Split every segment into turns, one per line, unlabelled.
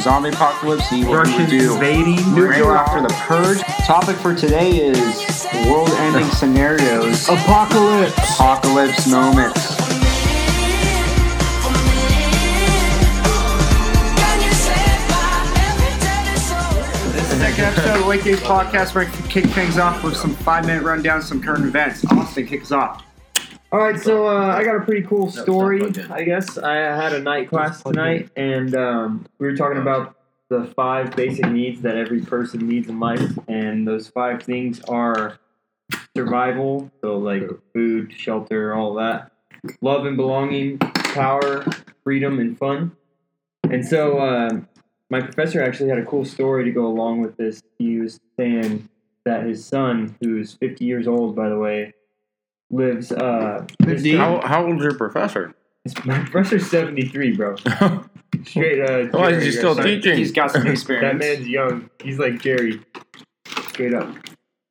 zombie apocalypse, evil
Russians
do.
invading
Radio
Europe.
after the purge. Topic for today is world-ending scenarios,
Apocalypse.
apocalypse moments. This is the second episode of Late Games Podcast where I kick things off with some five-minute rundown, some current events. Austin kicks off.
All right, so uh, I got a pretty cool story.
plugged in.
I guess I had a night class tonight, and um, we were talking about the five basic needs that every person needs in life, and those five things are survival, so like food, shelter, all that, love and belonging, power, freedom, and fun. And so um my professor actually had a cool story to go along with this. He was saying that his son, who's 50 years old, by the way, lives. Uh, his
How, how old's your professor?
his- my professor's 73, bro. Straight. Uh,
Why is
Jerry
he still
or something.
teaching?
He's got some
That
experience.
man's young. He's like Jerry. Straight up.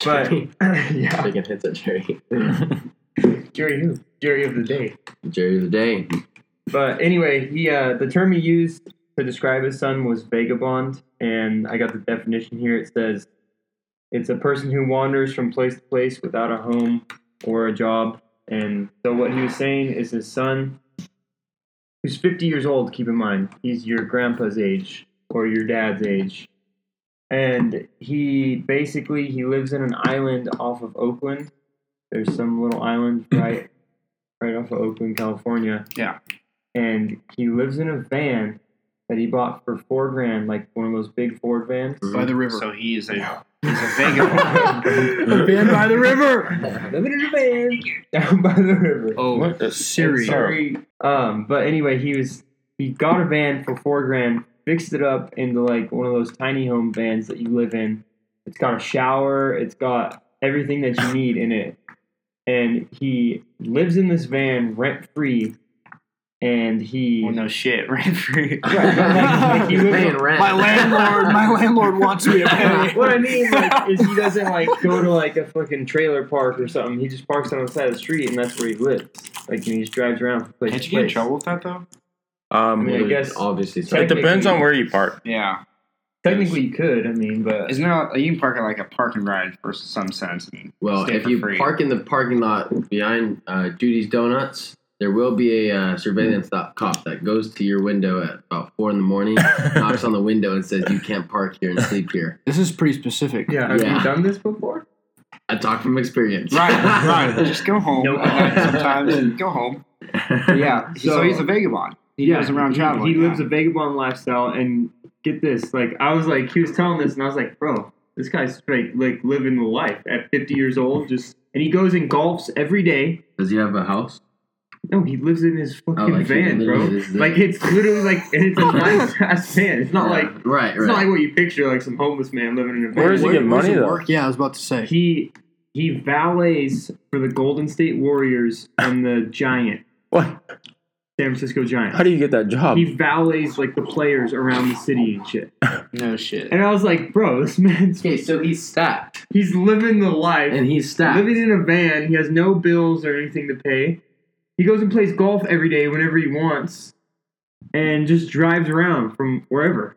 But, yeah.
Taking hits at Jerry.
Jerry who? Jerry of the day.
Jerry of the day.
But anyway, he uh, the term he used to describe his son was vagabond, and I got the definition here. It says it's a person who wanders from place to place without a home or a job. And so what he was saying is his son, who's 50 years old. Keep in mind, he's your grandpa's age or your dad's age. And he basically he lives in an island off of Oakland. There's some little island right right off of Oakland, California and he lives in a van that he bought for four grand, like one of those big Ford vans.
By
the river.
So he is a he's a vagabond.
Been by the river.
Living in a van down by the river.
Oh,
What a series.
Sorry. Um, but anyway, he was he got a van for four grand, fixed it up into like one of those tiny home vans that you live in. It's got a shower, it's got everything that you need in it. And he lives in this van rent free, and he
well, no shit, right? Free.
Right, but, like, like, he
he's
lives
paying rent.
My landlord, my landlord wants me to pay.
what I mean like, is he doesn't like go to like a fucking trailer park or something. He just parks on the side of the street and that's where he lives. Like and he just drives around from place
Can't
to
you get in
place.
trouble with that though?
I
Um,
mean,
I guess-
obviously.
it
something.
depends on where you park.
Yeah.
Technically, you could. I mean, but
Isn't there a, you can park at like a park and ride for some sense? And
Well,
stay
if
for
you
free.
park in the parking lot behind uh, Judy's Donuts, there will be a uh, surveillance dot cop that goes to your window at about four in the morning, knocks on the window, and says, "You can't park here and sleep here."
This is pretty specific.
yeah, have
Yeah.
you done this before?
I talk from experience.
right, right. Just go home.
No.
at night sometimes and go home. Yeah. So,
So-
he's a vagabond. He goes around
he,
traveling.
He lives
yeah.
a vagabond lifestyle, and get this. Like I was like, he was telling this, and I was like, bro, this guy's straight like living the life at 50 years old. Just and he goes and golfs every day.
Does he have a house?
No, he lives in his fucking
like, he
van, bro.
literally is the-
Like it's literally like and it's a nice ass van. It's not like
right,
It's not like
right.
what you picture, like some homeless man living in a van.
Where does he
Where-
get
where's
money,
it
though?
work? Yeah, I was about to say.
He he valets for the Golden State Warriors and the Giant,
What?
San Francisco Giant.
How do you get that job?
He valets like the players around the city and shit.
no shit.
And I was like, bro, this man's
okay, so he's stacked,
he's living the life.
and he's stacked.
living in a van. He has no bills or anything to pay. He goes and plays golf every day whenever he wants and just drives around from wherever.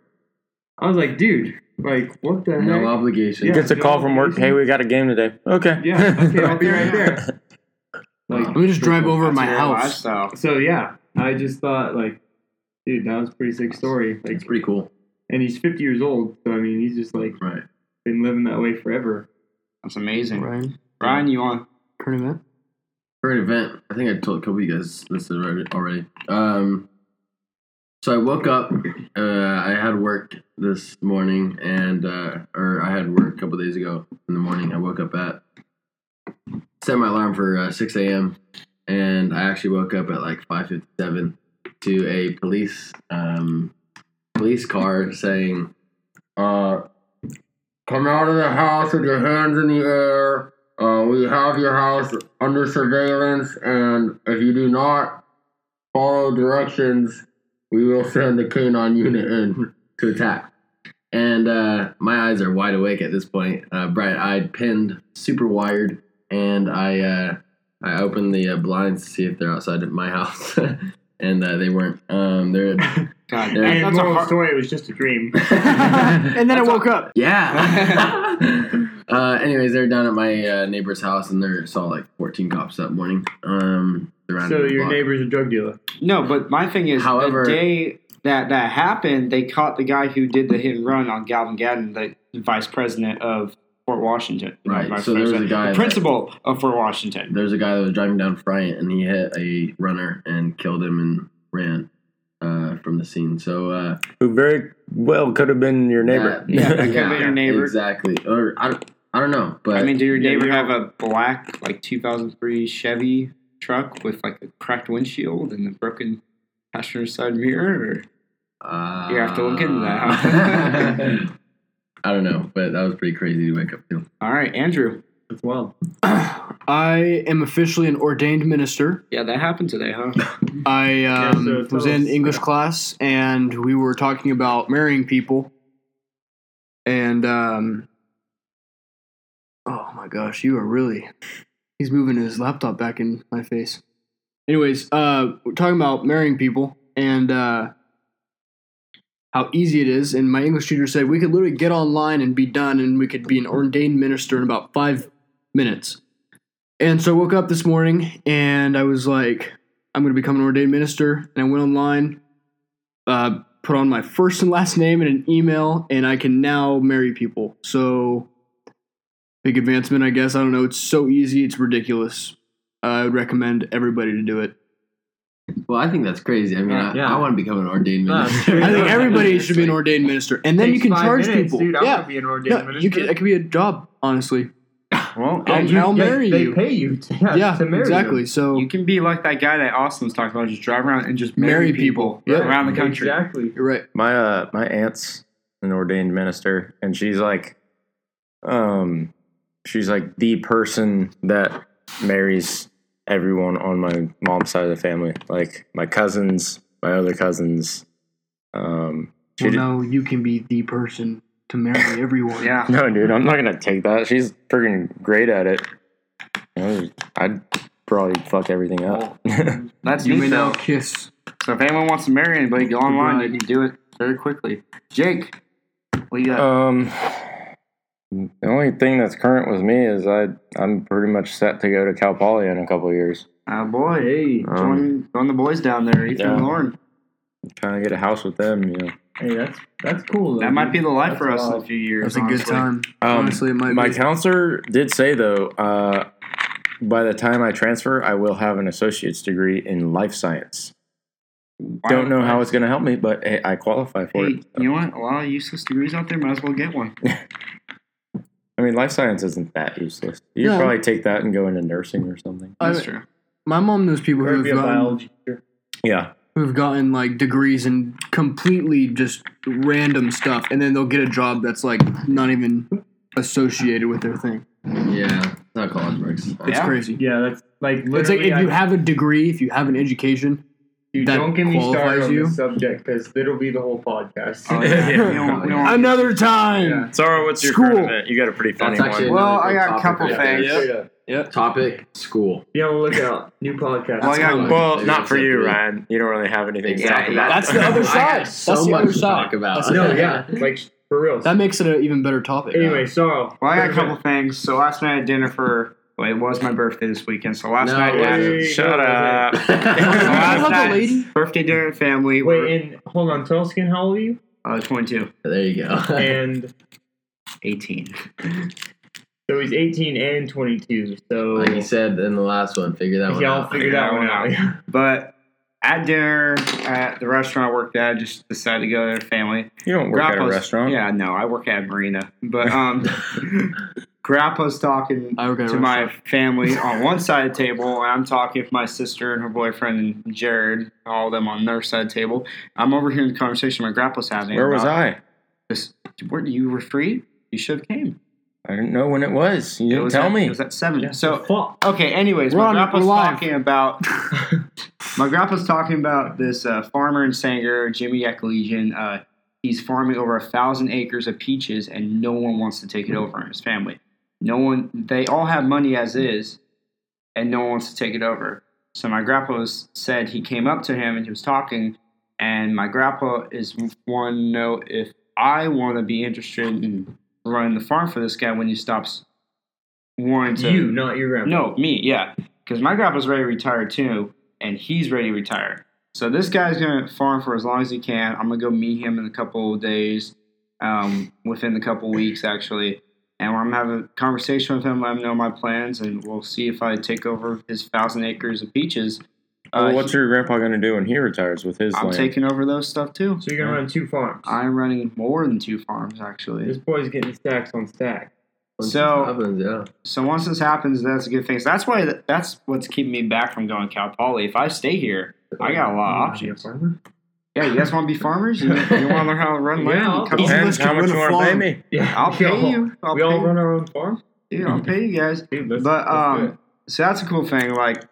I was like, dude, like, what the
no
heck?
obligation.
Yeah.
Gets a call from work. Hey, we got a game today. Okay.
Yeah, okay, I'll be right there.
Like,
Let me just drive over to
That's
my
your
house.
Lifestyle.
So yeah, I just thought like, dude, that was a pretty sick story.
it's
Like,
pretty cool.
and he's 50 years old, so I mean, he's just like
Right.
been living that way forever.
That's amazing.
Ryan,
Ryan, you want?
current event.
For an event, I think I told a couple of you guys this already- already. Um, so I woke up. Uh, I had work this morning, and uh, or I had work a couple of days ago in the morning. I woke up at set my alarm for uh, six a.m. and I actually woke up at like five fifty-seven to a police um, police car saying, uh, "Come out of the house with your hands in the air." Uh, we have your house under surveillance, and if you do not follow directions, we will send the canine unit in to attack. And uh, my eyes are wide awake at this point, uh, bright eyed, pinned, super wired, and I uh, I open the uh, blinds to see if they're outside of my house, and uh, they weren't. Um, they're
God,
Yeah.
and
That's a
moral
hard-
story. It was just a dream.
and then I woke up.
Yeah. uh, anyways, they're down at my uh, neighbor's house, and they saw like 14 cops that morning. Um, around
so
the
your
block.
neighbor's a drug dealer.
No, but my thing is,
However-
the day that that happened, they caught the guy who did the hit and run on Galvin Gadden, the vice president of Fort Washington.
Right,
Vice
so there was a
president.
guy
the
that-
principal of Fort Washington.
There's a guy that was driving down Bryant, and he hit a runner and killed him and ran uh, from the scene. So uh,
Who very well could have been your neighbor.
That, yeah,
that could've been your neighbor.
Exactly. Or I don't, I don't know, but
I mean, did your
Yeah,
neighbor
you know-
have a black, like 2003 Chevy truck with like a cracked windshield and a broken passenger side mirror? Or?
uh,
you have to look into that.
I don't know, but that was pretty crazy to wake up to.
All right, Andrew.
That's wild.
I am officially an ordained minister.
Yeah, that happened today, huh?
I um,
so tell
was in
us,
English
yeah.
class and we were talking about marrying people. And um, oh my gosh, you are really. He's moving his laptop back in my face. Anyways, uh, we're talking about marrying people and uh, how easy it is. And my English teacher said we could literally get online and be done, and we could be an ordained minister in about five minutes. And so I woke up this morning and I was like, I'm going to become an ordained minister. And I went online, uh, put on my first and last name and an email, and I can now marry people. So, big advancement, I guess. I don't know. It's so easy. It's ridiculous. I would recommend everybody to do it.
Well, I think that's crazy. I mean, I,
Yeah.
I want to become an ordained
No,
minister.
I'm
I think
Yeah.
everybody should be an ordained minister. And then you
Takes
can
five
charge
minutes,
people.
Dude, I want
yeah.
to be an ordained
No,
minister.
you could, it could be a job, honestly.
well,
I'll-
and you-
I'll
they-
marry
they
you.
pay you. To, yeah,
yeah,
to marry
exactly.
You.
So,
You can be like that guy that Austin was talking about, just drive around and just marry,
Marry
people,
people. Yeah.
around the country.
Exactly.
you're right.
my uh my aunt's an ordained minister and she's like um she's like the person that marries everyone on my mom's side of the family like my cousins my other cousins um she
Well,
did-
no, you can be the person to marry everyone.
Yeah.
no dude i'm not gonna take that she's freaking great at it You know, i'd probably fuck everything up
That's
You
you
may now
though.
kiss.
So if anyone wants to marry anybody, go online. You can do it very quickly. Jake, what you got?
Um, the only thing that's current with me is I I'm pretty much set to go to Cal Poly in a couple of years.
oh boy, hey,
um,
join, join the boys down there, Ethan
yeah.
and Lauren.
Trying to get a house with them, you know.
Hey, that's that's cool. Though,
That might be
dude.
the life
That's
for us in
wild.
a few years.
That's a good
honestly.
time.
Um,
Honestly, it might
My
be.
counselor did say though, uh, by the time I transfer, I will have an associate's degree in life science.
Why-
Don't know how it's going to help me, but hey, I qualify for
Hey,
it.
you know what? A lot of useless degrees out there. Might as well get one.
I mean, life science isn't that useless. You
No.
could probably take that and go into nursing or something.
I-
That's true.
my mom knows people
Or
who have
be a
gotten,
biology teacher.
Yeah,
who've gotten like degrees in completely just random stuff, and then they'll get a job that's like not even associated with their thing.
yeah, that's how college works.
It's
Yeah.
crazy.
Yeah, that's like literally.
It's like if you
I-
have a degree, if you have an education,
Dude,
that
don't get me started
qualifies
on
you.
this subject because it'll be the whole podcast.
Oh, yeah. We don't- we don't-
another time.
Yeah.
Sarah, what's
your current School.
event? You got a pretty
That's actually
Well,
another
I
good
got a
topic
couple
right
things.
there.
Straight up.
Topic school.
Be on the lookout. New podcast.
Well, I got-
That's
Well,
fine.
not for you,
Exactly.
Ryan. You don't really have anything to talk
Exactly.
about.
That's the other
I
side.
got so
That's the
much
other
to
side.
talk about.
That's-
no, yeah, like for real.
That makes it an even better topic.
anyway, Sorrel.
Well, I got a
current
couple things. So last night at dinner for well, it was my birthday this weekend. So last
No,
night,
it
at,
wasn't.
event.
Shut up.
so
I
last
love the
night
lady.
birthday dinner at family.
Wait,
Wait,
and hold on. Tell us again how old are you?
uh, 22,
there you go.
And
18.
so he's 18 and 22. So
like you said in the last one, figure that one
y'all
out.
figure that one out.
But at dinner at the restaurant I worked at, I just decided to go to their family.
You don't work at a
Grappa's-
restaurant.
Yeah, no, I work at a Marina. But um, Grandpa's talking
I regret
to my family on one side of the table, and I'm talking with my sister and her boyfriend and Jared, all of them on their side of the table. I'm over here in the conversation my grandpa's having.
Where was
about
I?
This, where you were free? You should have came.
I didn't know when it was. You
it
didn't
was
tell
at,
me.
It was at seven. So
So fuck.
okay. Anyways,
We're
my
on-
grandpa's
we're live.
talking about. my grandpa's talking about this uh, farmer and singer Jimmy Ecclesian. Uh, he's farming over a thousand acres of peaches, and no one wants to take it over in his family. No one. They all have money as is, and no one wants to take it over. So my grandpa was, said he came up to him and he was talking, And my grandpa is want to know if I want to be interested in running the farm for this guy when he stops wanting to.
you, not your grandpa.
No, me, yeah. Because my grandpa's ready to retire too, and he's ready to retire. So this guy's going to farm for as long as he can. I'm going to go meet him in a couple of days, um, within a couple of weeks, actually. And I'm going to have a conversation with him, let him know my plans, and we'll see if I take over his thousand acres of peaches.
Well,
Uh,
what's your grandpa going to do when he retires with his
I'm
land?
taking over those stuff too.
So you're gonna run two farms.
I'm running more than two farms, actually.
this boy's getting stacks on stacks.
So-
happens, yeah.
So once this happens, that's a good thing. So that's why that's what's keeping me back from going Cal Poly. If I stay here, I got a lot of
You wanna be a
options.
farmer?
Yeah, you guys want to be farmers? You, you want to learn how to run land?
Yeah,
Come
I'll-
on.
Depends how much you want to pay me.
Yeah,
I'll
we
pay
all-
you. I'll
we
pay,
all run our own farm,
yeah, I'll pay you guys.
dude. Let's,
But
let's do
um, so that's a cool thing. Like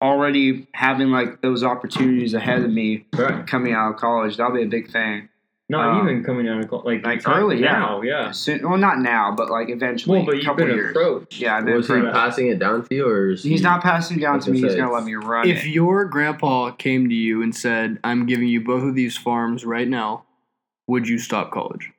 already having like those opportunities ahead of me
it. right?
coming out of college, that'll be a big thing.
Not
um,
even coming out of college, like
like
time
early, yeah.
now, yeah.
Soon, well, not now, but like eventually,
Well, but
a
you've
couple
been
years.
approached.
Yeah, I've been
Was he
approved.
Right.
passing it down to you, or is
He's
he-
not passing it down to me. He's gonna let me run
If
it.
your grandpa came to you and said, "I'm giving you both of these farms right now," would you stop college?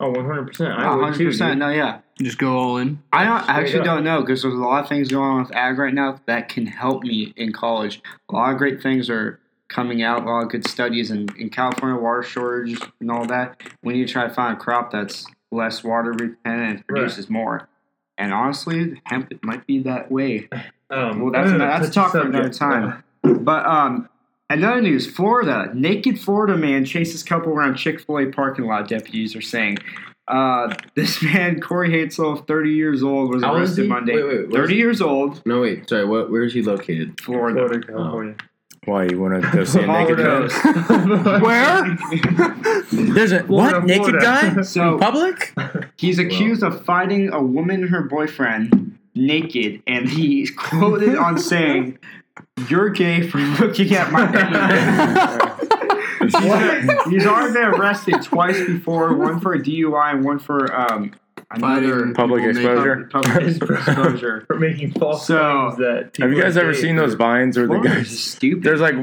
Oh, one hundred percent. I
One
would
hundred
too.
percent.
dude.
No, yeah.
Just go all in.
I don't, I
Straight
actually
up.
don't know because there's a lot of things going on with ag right now that can help me in college. A lot of great things are coming out. A lot of good studies in, in California water shortage and all that. We need to try to find a crop that's less water dependent and produces more. And honestly, hemp might be that way.
Um,
Well, that's
I'm gonna
that's a talk
touch the
for another
subject.
time. But um, another news: Florida naked Florida man chases couple around Chick Fil A parking lot. Deputies are saying. Uh, this man, Corey Hatzell, 30 years old, was
How old is
arrested
he?
Monday.
Wait, wait, where's-
30 years old,
No, wait. Sorry. What? Where is he located?
Florida.
Florida, California.
Why you want to go see a
Florida.
naked man? There's a
Florida,
what naked
Florida.
guy
So-
in public?
He's accused of fighting a woman and her boyfriend naked, and he's quoted on saying, You're gay for looking at my penis. He's- He's already been arrested twice before, one for a DUI and one for um, another
Fighting
Public
people naked.
exposure.
public, public exposure.
For making false
So,
claims that.
Have you
people
guys
are
ever
gay.
seen those vines where the
Florida's
guys?
stupid.
There's like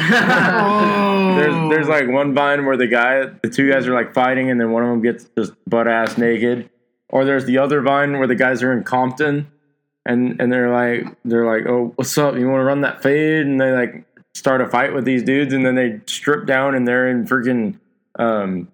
Oh.
There's there's like one vine where the guy, the two guys are like fighting, and then one of them gets just butt ass naked. Or there's the other vine where the guys are in Compton, and and they're like they're like, oh, what's up? You want to run that fade? And they like start a fight with these dudes, and then they strip down and they're in freaking um,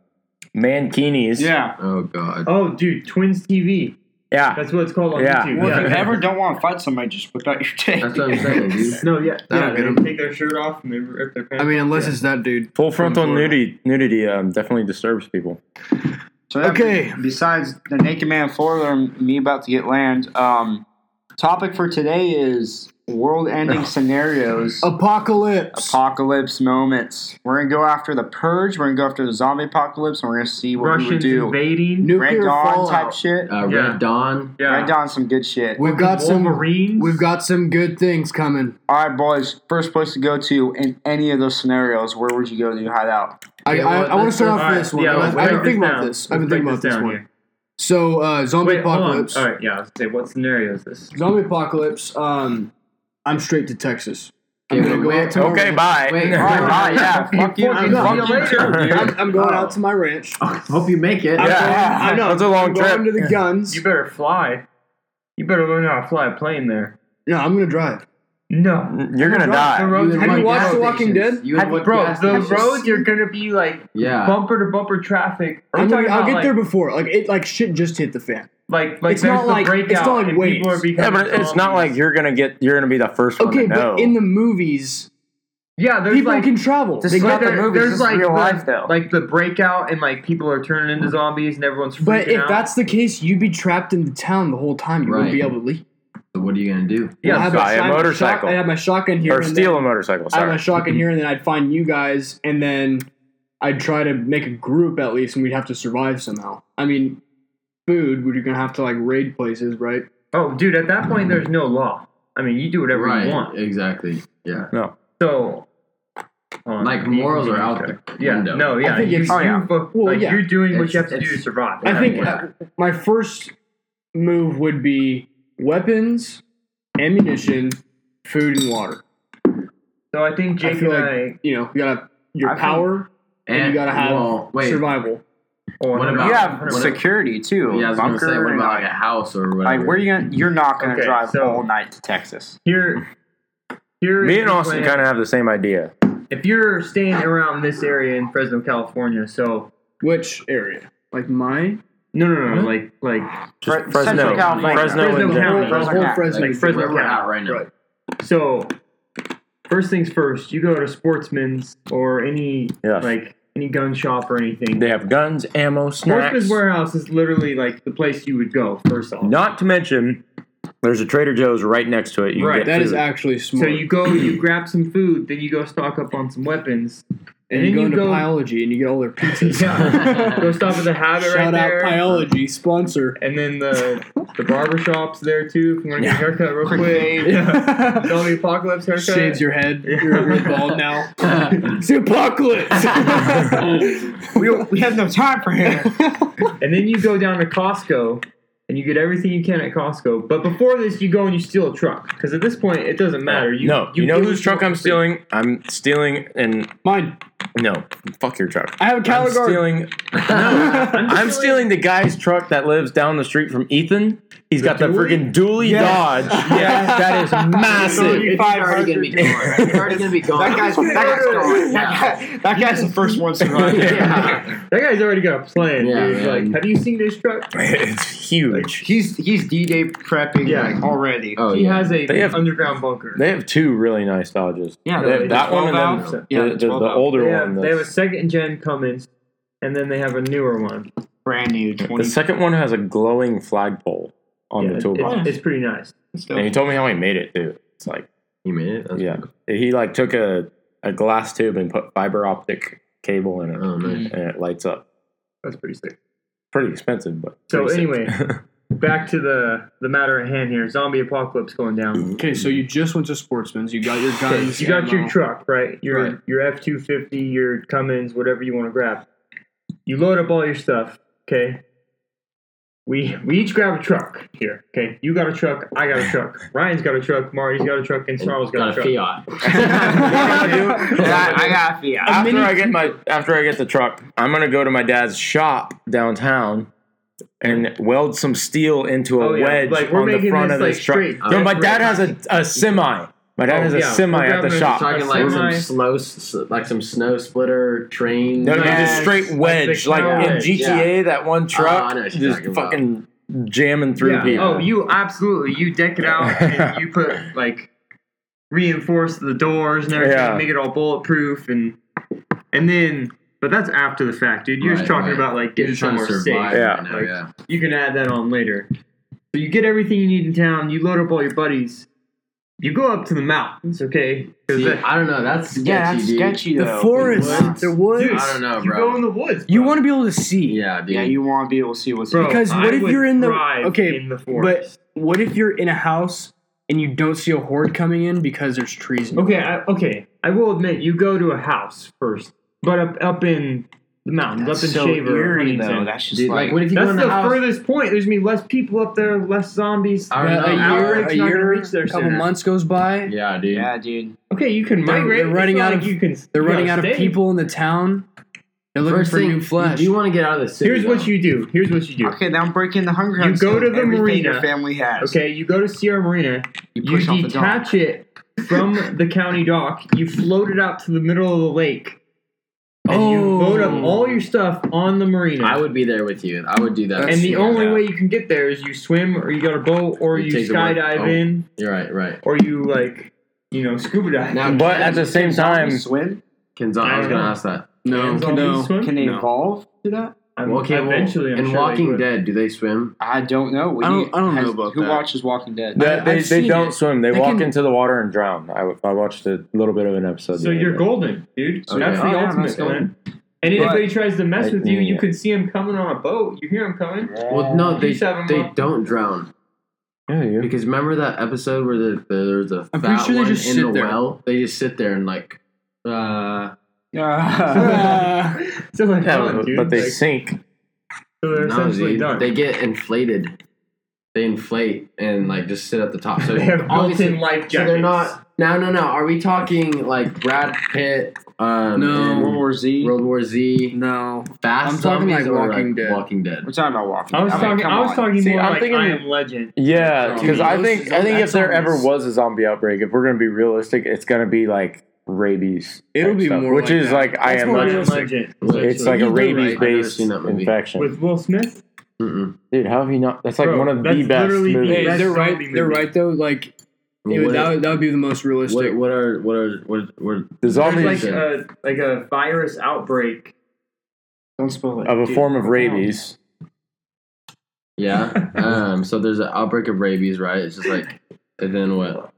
mankinis.
yeah.
Oh God.
Oh, dude, Twins TV.
yeah.
That's what it's called on
Yeah.
YouTube.
Well, if you
Yeah.
ever don't want to fight somebody, just whip out your dick.
That's what I'm saying, dude.
No, yeah, yeah.
That'll get
They
'em.
take their shirt off and they rip their pants.
I mean,
off,
unless
yeah.
it's that dude.
Full frontal
Florida.
nudity nudity um, definitely disturbs people.
So that-
Okay.
Besides the naked man in Florida and me about to get land, um, topic for today is world-ending scenarios,
Oh. Apocalypse.
apocalypse moments. We're gonna go after the purge. We're gonna go after the zombie apocalypse, and we're gonna see what we would
Russians
do.
invading.
Red
Nuclear
Dawn
fallout.
type shit.
Uh,
Yeah.
Red Dawn.
Yeah.
Red Dawn, some good shit.
We've got some.
Wolverines.
We've got some good things coming.
All right, boys. First place to go to in any of those scenarios. Where would you go to hide out?
I,
Yeah,
I,
well,
I want to
let's-
start off
All right,
this one.
yeah,
I've,
let's
I've been
break
thinking about
down.
this. I've been
Let's break
thinking about this
down
one.
here.
So, uh, zombie
Wait, hold on.
apocalypse.
All right, yeah. I was gonna say, what scenario is this?
Zombie apocalypse. Um, I'm straight to Texas. I'm
Okay,
gonna go
wait,
out to my
Okay,
ranch.
bye.
Wait,
All right, bye. Yeah, fuck you.
I'm
fuck
not-
you.
I'm, I'm going out to my ranch.
Oh, Hope you make it.
I'm
Yeah.
going- I know.
Oh. That's a long
I'm going
trip.
to the guns.
You better fly. You better learn how to fly a plane there.
No, I'm gonna drive.
No.
You're gonna
The
die.
You
roads
and
Have
what
you watched
gas
The Walking
stations?
Dead?
You and what
bro,
gas
the
stations? Uh,
roads are gonna be like
Yeah.
bumper to bumper traffic. Are we
I'm gonna,
talking
I'll
about,
get
like,
there before. Like it. Like shit just hit the fan.
Like, like
It's
there's
not
the
like-
breakout
it's not like
and people
waves.
are becoming
Yeah, but it's not like
zombies.
you're gonna get. You're gonna be the first one
Okay,
to know.
but in the movies,
yeah. There's
people
like
can travel.
This
They
is
get
not the
there-
movie. This is real
the,
life, though.
Like the breakout and like people are turning into zombies and everyone's freaking
But if
out.
that's the case, you'd be trapped in the town the whole time. You wouldn't
Right.
be able to leave.
So what are you gonna do?
yeah,
I'd have
buy a
shot-
motorcycle.
I have my shotgun here.
or
and
steal a
then-
motorcycle.
I have my
Sorry.
shotgun here, and then I'd find you guys, and then I'd try to make a group at least, and we'd have to survive somehow. I mean, food. We're gonna have to like raid places, right?
oh, dude, at that point there's no law. I mean, you do whatever
Right.
you want.
Exactly. Yeah.
No.
So, hold on,
Like,
you can
morals
do
are
it
out
there.
the
Yeah,
window.
no, yeah.
I think
you,
it's-
oh, yeah.
you vo-
Well,
like,
yeah.
you're doing what
It's-
you have to do
it's-
to survive.
I think
Yeah.
uh, my first move would be weapons, ammunition, food, and water.
So I think Jake
feel
and
like- You know, you gotta your
I think-
power and, you gotta have
well, wait.
survival.
I.
What about-
You have
What if-
security too.
Yeah, I was gonna say,
bunker
what
and
about like
like,
a house or whatever?
like where you gonna? You're not gonna
Okay,
drive
so-
all night to Texas.
Here, here.
Me and Austin kind of have the same idea.
If you're staying around this area in Fresno, California, so
Which area? Like mine?
no, no, no, like, like,
Just
Fre- Central
Fresno,
California.
Fresno,
Fresno
in
County.
general.
The
Fresno
whole
County.
Fresno.
like
Fresno
where we're
County.
at right now?
Right.
so. First things first, you go to Sportsman's or any
Yes.
like any gun shop or anything.
They have guns, ammo, snacks.
Sportsman's Warehouse is literally like the place you would go first off.
Not to mention, there's a Trader Joe's right next to it. You can
Right,
get
That is
food.
actually smart.
So you go, you grab some food, then you go stock up on some weapons.
and
and then
you go
you
into
go-
biology and you get all their pizzas.
Yeah. go stop at the habit
Shout
right
out
there.
biology sponsor.
and then the the barber shop's there too. If you want to get a haircut real quick, Zombie Apocalypse haircut.
Shaves your head.
Yeah.
You're, you're bald now. It's the apocalypse.
we, don't- we have no time for him.
and then you go down to Costco and you get everything you can at Costco. But before this, you go and you steal a truck because at this point it doesn't matter. You
Uh, no, you, know
give
whose
it
truck
to-
I'm stealing? I'm stealing, and
Mine.
no, fuck your truck.
I have a
I'm
Caligari.
stealing.
I'm,
I'm stealing the guy's truck that lives down the street from Ethan. He's got the freaking dually Dodge. Yeah, that is massive.
It's already gonna be gone. It's already gonna be gone.
That guy's that guy's going. That, guy, that guy's the first one surviving.
Yeah.
That guy's already got a plan,
Yeah,
dude.
man.
Like, have you seen this truck?
it's huge.
He's he's D Day prepping
Yeah.
like already.
Oh,
he
yeah.
has a
They have-
underground bunker.
They have two really nice Dodges.
Yeah,
they have that one and then
twelve
the,
Yeah,
the, the
12 out.
older
They have,
one.
they have a
The,
second gen Cummins, and then they have a newer one.
brand new
the
twenty.
second one has a glowing flagpole on
Yeah,
the
it-
toolbox.
it's, it's pretty nice.
and he told me how he made it too. It's like
You made it. That's
yeah, he like took a, a glass tube and put fiber optic cable in it,
Oh, nice.
and it lights up.
That's pretty sick.
Pretty expensive, but
So
pretty sick.
anyway, back to the the matter at hand here. Zombie apocalypse going down.
Okay, so you just went to Sportsman's. You got your guns.
You got your
ammo.
truck, right? Your
Right.
your F two fifty, your Cummins, whatever you want to grab. You load up all your stuff. Okay. We we each grab a truck here. Okay. You got a truck. I got a truck. Ryan's got a truck. Marty's got a truck, and Charles got,
Got a
a truck.
yeah, I got Fiat.
after I get my after I get the truck, I'm gonna go to my dad's shop downtown and weld some steel into a
Oh, yeah.
wedge
Like, we're
on the
making
front
this,
of this
like,
truck.
straight
No, my dad
decorative.
has a, a semi. My dad
Oh,
has a
yeah.
semi
We're
at the
grabbing a
shop.
Talking like some
Semi.
slow, s- like some snow splitter train.
No, no,
Yes.
just straight wedge, like
Like the
in
wedge,
GTA, that one
Oh, I
truck
know what you're
just
talking about.
fucking jamming through
Yeah.
people.
Oh, you absolutely you deck it out and you put like reinforce the doors and everything,
Yeah.
make it all bulletproof and and then but that's after the fact, dude. You're just
Right,
talking
right.
about like
You're
getting
just trying to
somewhere
survive.
safe.
Yeah.
right now,
Like,
yeah.
You can add that on later. So you get everything you need in town, you load up all your buddies, you go up to the mountains, okay? 'Cause
See,
the-
I don't know. That's sketchy,
yeah, that's
dude.
sketchy
The
though.
forest, the woods.
I don't know,
you go
bro.
in the woods.
You
bro.
want to be able to see.
Yeah, dude.
Yeah, you want to be able to see what's
Bro,
Because
I
what if
would
you're in the-
thrive
okay,
in the
But
forest?
what if you're in a house and you don't see a horde coming in because there's trees? in your
Okay,
way?
I, okay. I will admit, you go to a house first, but up up in the mountains,
That's
up in
so
Shaver, or
eerie
Huntington.
though. That's just
dude, like,
like,
what if you go
That's
in
the,
the house?
furthest point. There's gonna be less people up there, less zombies.
I don't know.
That a year,
Outbreak's
a
not gonna
year,
reach their
a couple
center.
months goes by.
Yeah, dude.
yeah, dude.
Okay, you can
They're-
migrate.
they're running
It's not
out
like
of-
you can.
They're
you
running
gotta
out of
stay.
people in the town. They're looking
First
for
thing,
new flesh.
You want to get out of the city.
Here's what
though.
you do. Here's what you do.
Okay, now I'm breaking the hunger.
You
Games
go to
code.
the
Everything
marina.
Your family has.
Okay, you go to Sierra Marina.
you
You
push off the dock.
detach it from the county dock. You float it out to the middle of the lake, and you load up all your stuff on the marina.
I would be there with you. I would do that.
And the
Yeah.
only way you can get there is you swim or you got a boat or
You
you,
take the boat.
skydive
Oh.
in
You're right. Right.
or you like you know scuba dive.
Now,
but at the same time,
You swim?
Can zo- I was
I don't
gonna
know.
ask that.
no,
Can zombies
no.
swim?
Can they
No.
evolve to that?
I'm,
Well, okay, well,
eventually, I'm
in
sure they
Walking
would.
Dead, do they swim?
I don't know. We
I don't-
need-
I don't know
has-
about
Who
that.
watches Walking Dead?
They,
I-
they,
I've
they
seen
don't
it.
swim. They,
They
walk
can-
into the water and drown. I, I watched a little bit of an episode.
So
the other
you're
day.
golden, dude. So
Okay.
that's
Oh,
the
yeah,
ultimate,
that's golden.
man. And if
But-
anybody tries to mess
Like,
with you, you
yeah.
can see them coming on a boat. You hear them coming.
Well, no, they
You set 'em
they
up.
don't drown
Yeah, you.
because remember that episode where the, the there was a
I'm pretty
fat
sure they
one
just
in
sit
the
there.
well. They just sit there and like, uh,
Yeah.
So like,
Yeah,
done,
but,
dude.
but they
Like,
sink.
so they're
no,
essentially
dude,
done.
they get inflated. they inflate and like just sit at the top. So
They have
obviously-
built-in life jackets.
So they're not. No, no, no. Are we talking like Brad Pitt? Um,
No.
and
World War Z.
World War Z.
No.
Fast.
I'm talking
zombies
like
or,
Walking Dead.
Walking Dead.
We're talking about walking.
I was
Dead.
talking.
come
I was
on.
talking
See,
more
I'm
like
thinking-
I Am Legend.
Yeah, because
Dude,
I
those
think
zom-
I think if
that's
there ever
zombies.
was a zombie outbreak, if we're gonna be realistic, it's gonna be like rabies.
It'll
type
be
stuff,
more
which
like
is
that.
like I
That's
am
more
I Am
legend.
realistic.
Legend
It's
Actually,
like a
you do right.
rabies based
I've never seen that movie.
infection.
with Will Smith.
Mm-mm.
Dude, how have you not? That's like
Bro,
one of the
that's
best
literally the
movies.
Hey,
Best
they're right.
zombie
They're
movie.
right though. Like it would, that, would, that would be the most realistic.
what, what are what are what what?
The zombies
There's like
Legend.
a like a virus outbreak.
Don't spoil it.
of a form of rabies.
Yeah. um. So there's an outbreak of rabies, right? It's just like, and then what?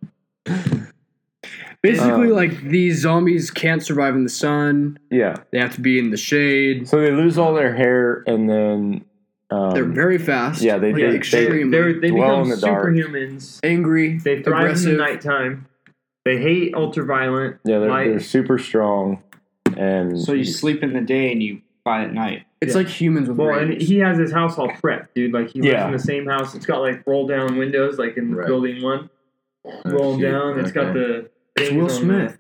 Basically,
Um,
like these zombies can't survive in the sun.
Yeah.
They have to be in the shade.
So they lose all their hair and then. Um,
They're very fast.
yeah, they-
like,
they- they-
extremely
Oh, They're, they
Dwell
become
in the dark.
superhumans.
angry.
They thrive in
aggressive.
the nighttime. They hate ultraviolet
yeah, they're,
light.
they're super strong. And
So you sleep in the day and you fight at night.
It's
Yeah.
like humans with
Well, and
rabies.
he has his house all prepped, dude. Like he lives
Yeah.
in the same house. It's got like roll down windows, like in
Right.
building one.
Oh,
roll 'em
shoot.
down. It's got
Okay.
the.
It's
things
Will
on the-
Smith.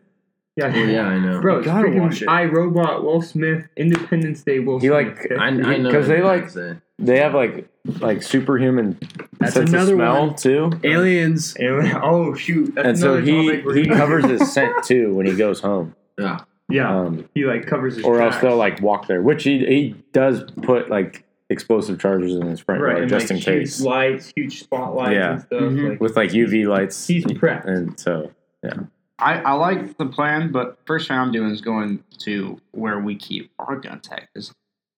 Yeah,
Well, yeah, I know.
Bro,
You gotta
freaking
watch it.
I Robot, Will Smith, Independence Day, Will
He,
Smith.
like,
okay?
I, I know
'Cause they, like-
Say.
they have like like superhuman
That's
sense of
another
smell
one.
too.
Aliens.
And- oh shoot! That's
and so
another
he
topic where
he covers his scent too when he goes home.
Yeah.
Yeah,
Um,
he like covers his.
or else
tracks.
they'll like walk there, which he he does put like explosive charges in his front
right
yard
and,
just
like,
in case
Huge lights, huge spotlights,
Yeah.
and stuff.
Mhm.
Like,
with like UV lights.
he's prepped.
and so
I, I like the plan, but first thing I'm doing is going to where we keep our gun tech. 'cause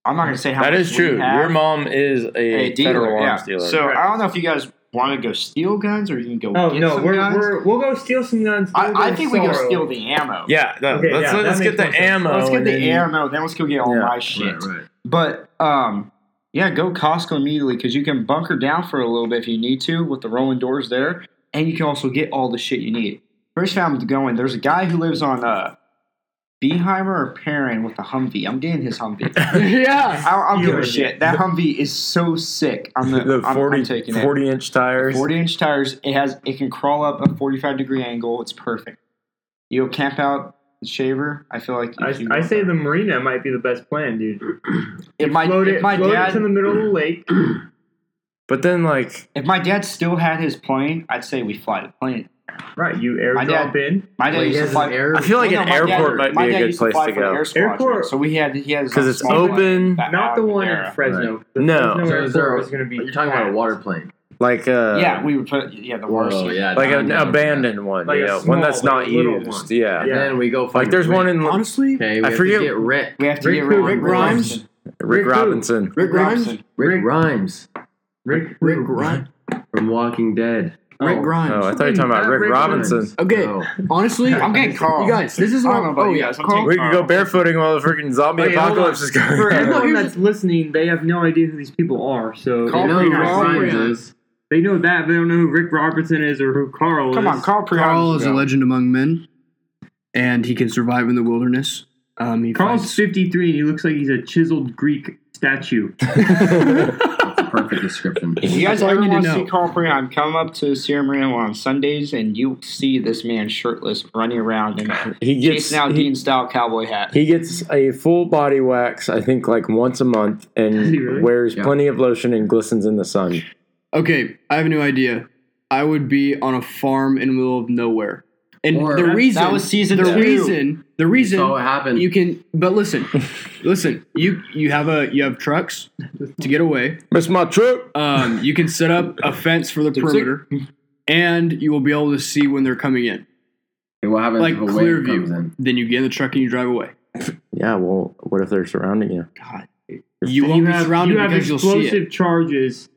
I'm not gonna say how
that
much
is
we
true.
have.
Your mom is a,
a dealer.
federal arms
yeah.
dealer.
So I don't know if you guys want to go steal guns or you can go.
Oh
get
no,
some
we're,
guns.
we're we'll go steal some guns. We'll
I, I
go
think we go
sorrow.
steal the ammo.
yeah, that-
Okay,
let's
yeah, that
let's
makes
get the
more sense.
ammo.
Let's get
and then-
the ammo. Then let's go get all
Yeah.
my shit.
Right. Right.
But um, yeah, go Costco immediately because you can bunker down for a little bit if you need to with the rolling doors there, and you can also get all the shit you need. First time I'm going, there's a guy who lives on uh, Beeheimer or Perrin with a Humvee. I'm getting his Humvee.
yeah.
I don't, I don't give
Stealing
a
it.
shit. That Humvee is so sick. I'm the,
The
I'm,
40,
I'm taking it.
40 inch tires.
40 inch tires. It has it can crawl up a 45 degree angle. It's perfect. You go camp out the shaver. I feel like if you-
I, I say the marina might be the best plan, dude.
if my
float
if
it,
my
float it
dad
to the middle of the lake.
But then like
if my dad still had his plane, I'd say we fly the plane.
Right, you
My
airdrop
dad-
in.
My dad
Wait, he
used to
has
fly.
an air.
I feel like
Well,
an
no, my dad-
airport might
my
be
dad
a good
used to
place
fly
to
for the
go.
Air Squadron.
Airport-
So we had he has
'Cause it's
small plane
open.
back
Not
out
the
in
one
there.
in Fresno. The
No.
Fresno
So is there
airport
a-
is going to be.
You're talking about a
packed.
water plane.
like uh
yeah, we would put yeah the
Whoa,
worst.
yeah,
like
down,
an
down.
abandoned one,
Like
you
a
know,
small,
one that's not
like a little
used.
one.
Yeah.
And
Yeah.
then we go.
like
find
there's
Rick.
one in Rick,
Honestly,
Okay, we
I
have
forget-
to get Rick.
We have to
Rick
get
who?
rid of
Rick
Grimes?
Robinson.
Rick who?
Robinson.
Rick Grimes.
Robinson.
Rick, Grimes
Rick,
Rick Grimes.
from Walking Dead.
Rick
Oh.
Grimes.
Oh, I thought you were talking about
Not
Rick,
Rick
Robinson.
Grimes.
Okay.
No.
Honestly,
I'm getting Carl.
You guys, this is
I
what
don't know about
oh
you
yeah,
guys. I'm
Carl.
taking-
We could go barefooting while the freaking zombie
Wait, hold
apocalypse is going
For
on.
everyone
here's
that's listening, they have no idea who these people are. So
Carl
They know who Rick
Grimes.
Grimes is.
they know that, but they don't know who Rick Robertson is or who Carl
Come
is.
on, Carl Prion.
Carl is a legend among men, and he can survive in the wilderness. Um, he
Carl's
fights-
53 and he looks like he's a chiseled Greek statue.
Perfect description.
If you guys
That's all
ever
you need
want
to
to see
know.
Carl Prion, come up to Sierra Moreno on Sundays and you see this man shirtless running around in a
He gets
Jason
he,
Aldean style cowboy hat.
he gets a full body wax, I think, like once a month,
Does
and
he really?
wears
Yeah.
plenty of lotion and glistens in the sun.
Okay, I have a new idea. I would be on a farm in the middle of nowhere, and
Or-
the
That-
reason
that was season
the
two.
reason the reason
So what happened?
you can but listen, listen. You you have a you have trucks to get away.
Miss my trip.
Um, you can set up a fence for the perimeter, and you will be able to see when they're coming in.
Okay, what happens
Like
if a
clear
wave
view.
comes in?
Then you get in the truck and you drive away.
Yeah. Well, what if they're surrounding you?
You won't be surrounded
you have
because you'll see it.
explosive charges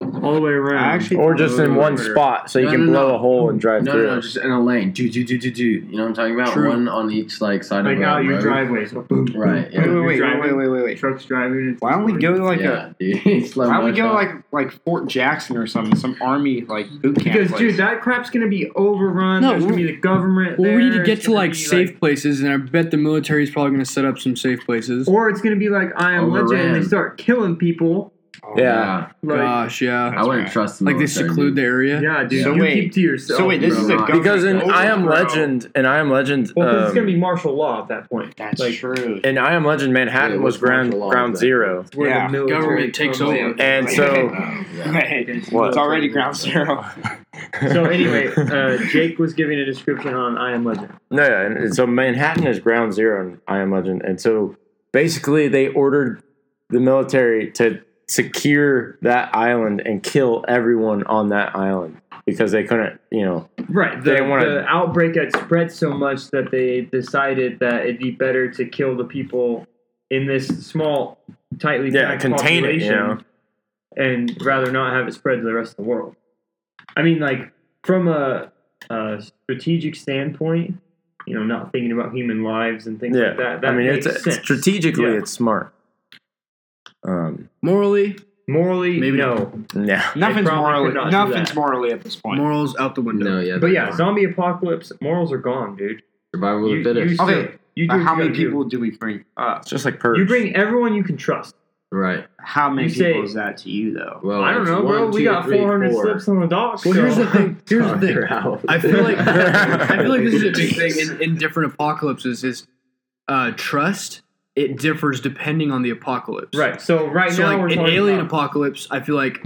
all the way around.
I actually-
Or just in one
Perimeter.
spot, so you
No,
can
no,
blow
no.
a hole and drive
No,
through.
no, no, just in a lane. Do do do do do. You know what I'm talking about?
True.
One on each like side
like
of
out
the
your
road.
driveway. So boom, boom,
Right,
boom,
yeah.
you're
Wait, wait,
driving,
wait, wait, wait, wait.
Truck's driving. it's
Why don't we go to like a
yeah, dude. Slow
why don't we
motion.
go like like Fort Jackson or something, some army like boot camp?
Because
place?
dude, that crap's gonna be overrun.
No,
There's gonna
we-
be the government.
Well, we need to
there,
get
it's
to
gonna
like
be,
safe places, and I bet the military is probably going to set up some safe places.
or it's gonna be like I am legend, and
Overran.
they start killing people,
Yeah.
Like,
Gosh, yeah.
I wouldn't trust the
Like they
military,
seclude the
dude.
area.
yeah, dude.
So
you
wait-
keep to yourself.
so wait, this
bro.
is a
Bro,
government
Because in
over-
I Am
bro.
Legend, and I Am Legend,
Well, 'cause it's gonna
um,
be martial law at that point.
That's
like,
true.
in I Am Legend, Manhattan
Yeah,
was
what's
ground
martial law
ground
then?
zero.
It's where
Yeah.
the military
Government takes
comes
over.
in.
And so-
Oh, yeah.
Right.
What?
It's already ground zero.
so anyway, uh, Jake was giving a description on I Am Legend.
No, yeah, and- and so Manhattan is ground zero in I Am Legend, and so basically they ordered the military to secure that island and kill everyone on that island because they couldn't, you know,
Right.
They
The,
wanna-
the outbreak had spread so much that they decided that it'd be better to kill the people in this small, tightly
Yeah,
packed
contain it, you
population,
know.
and rather not have it spread to the rest of the world. I mean, like from a, a strategic standpoint, you know, not thinking about human lives and things
yeah.
like that. that
I mean,
makes
it's, it's
sense.
strategically
Yeah.
it's smart. Um,
Morally,
morally,
Maybe
no.
yeah,
Nothing's
probably
morally.
could not do
Nothing's
that.
morally at this point.
morals out the window.
No, yeah.
But yeah,
that's
zombie apocalypse morals are gone, dude.
survival of the fittest.
still-
Okay,
you do
But
what
how
you
many
gotta do.
people do we bring uh, up?
it's just like purge.
You bring everyone you can trust.
right.
How many
You say-
people is that to you though?
Well,
I don't
Oh, it's
know, bro.
one,
we
two,
got
three,
400
four.
slips on the dock.
Well,
so-
here's the thing. Here's the thing.
You're out.
I feel like I feel like this is a big thing in, in different apocalypses. Is uh, trust? It differs depending on the apocalypse.
Right. So right
So
now
like
we're
an
talking
alien
about,
apocalypse, I feel like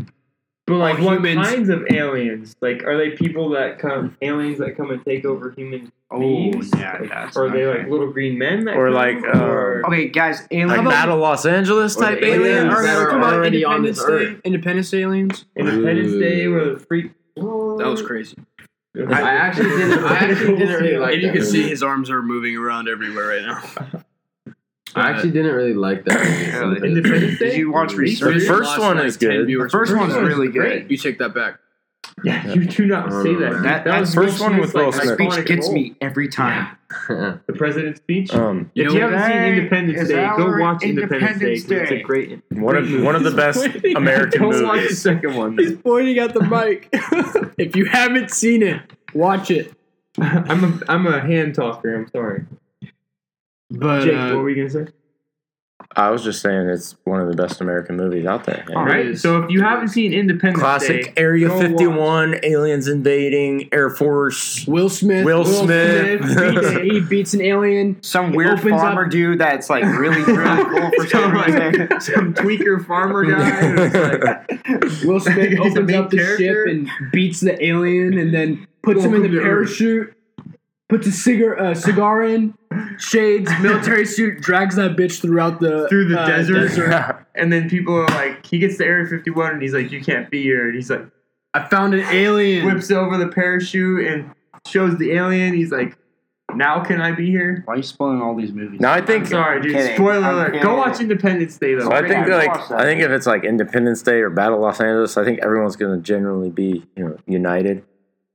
but like
all
what
humans-
kinds of aliens? Like are they people that come aliens that come and take over human
Oh,
beings?
yeah,
Like,
that's-
Or are they
okay.
like little green men that
Or
come?
like, uh,
or,
Okay, guys,
like
alien.
Battle Los Angeles
Or the
type
aliens
alien.
that
Alright,
are
come on,
already on this
Independence
earth.
Day- Independence aliens.
Independence Day
Ooh.
where the freak
That was crazy.
I actually didn't. I actually didn't really like.
and you
that
can see
movie.
his arms are moving around everywhere right now.
I actually didn't really like that. Movie. so
Really?
it-
uh, Independence Day?
Did you watch
The
The
research?
Seriously?
first
Lost,
one
like,
is
10
good.
The
viewers.
first one's
one was
really good.
great.
You take that back.
Yeah, you do not say that.
That, that
was
first one
Smith's,
with
like,
Will
That
Smith.
iconic
speech gets
role.
me every time.
The president's speech.
Uh,
Um,
You
if
know
you
what?
haven't seen
Today
Independence
is
Day, go
our
watch Independence Day.
Independence
'cause It's
Day.
a great
one of one of the best American
Don't watch the
movies.
second one.
He's pointing at the mic. if you haven't seen it, watch it.
I'm a I'm a hand talker. I'm sorry,
But
Jake.
uh,
what were you gonna say?
I was just saying it's one of the best American movies out there.
All right.
is.
So if you haven't seen Independence
Classic
Day,
Area
go watch
51, aliens invading, Air Force,
Will Smith.
Will
Will
Smith.
Smith,
beats, he beats an alien.
Some
It
weird
opens up-
farmer dude that's like really really cool for some reason.
Some tweaker farmer guy. who's like,
Will Smith
He's a
opens
main
up the
character.
ship and beats the alien, and then puts him in
Welcome
the
to Earth.
parachute. Puts a cigar, uh, cigar in, shades, military suit, drags that bitch throughout the
Through the
uh,
desert. and then people are like, he gets to Area 51, and he's like, you can't be here. And he's like,
I found an alien.
whips over the parachute and shows the alien. He's like, now can I be here?
Why are you spoiling all these movies?
now I
I'm
think
sorry, dude.
kidding.
Spoiler
I'm
alert.
kidding.
Go watch Independence Day though.
So I think
Yeah,
like
watch that.
I think if it's like Independence Day or Battle Los Angeles, I think everyone's going to generally be you know united.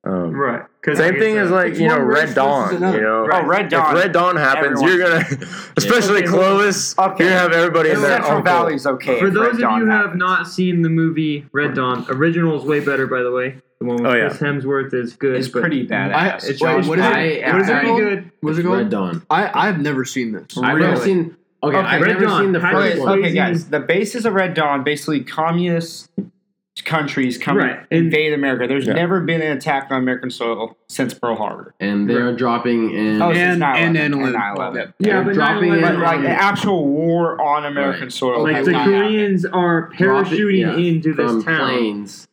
Um,
right. 'Cause
Same
it's
thing
a-
as like
It's
you know
one race
Red
versus
Dawn.
another.
You know,
Oh, Red Dawn.
if Red Dawn happens,
Everyone-
you're gonna, especially
Okay, well,
Clovis.
okay.
You're gonna have everybody in there.
Central
Uncle.
Valley's okay.
For
if
those
Red
of you
Dawn
who have
happens.
not seen the movie Red Dawn, original is way better, by the way. The one with
Oh, yeah.
Chris Hemsworth is good.
it's
but
pretty
I,
badass.
wait,
Josh
what is it?
I-
what is it
I-
pretty
called?
good.
What is it
Red
called?
Dawn.
I I've never seen this.
I've never
Really?
seen.
Okay,
Okay, I've
Red
never
Dawn.
seen the
How
first
Okay,
does-
one.
okay,
Crazy.
guys. The basis of Red Dawn, basically communist countries come
Right, and-
invade America. There's
Yeah.
never been an attack on American soil since Pearl Harbor.
And they are dropping in.
Oh,
they're
since
and
9/11,
and
and
Antelope.
9/11.
Yep.
Yeah,
They're
but
dropping
dropping
in-
But like an
Yeah.
actual war on American
Right.
soil.
Like
has
the
not happened.
Koreans are
dropping-
parachuting
yeah,
into this
from
town.
planes.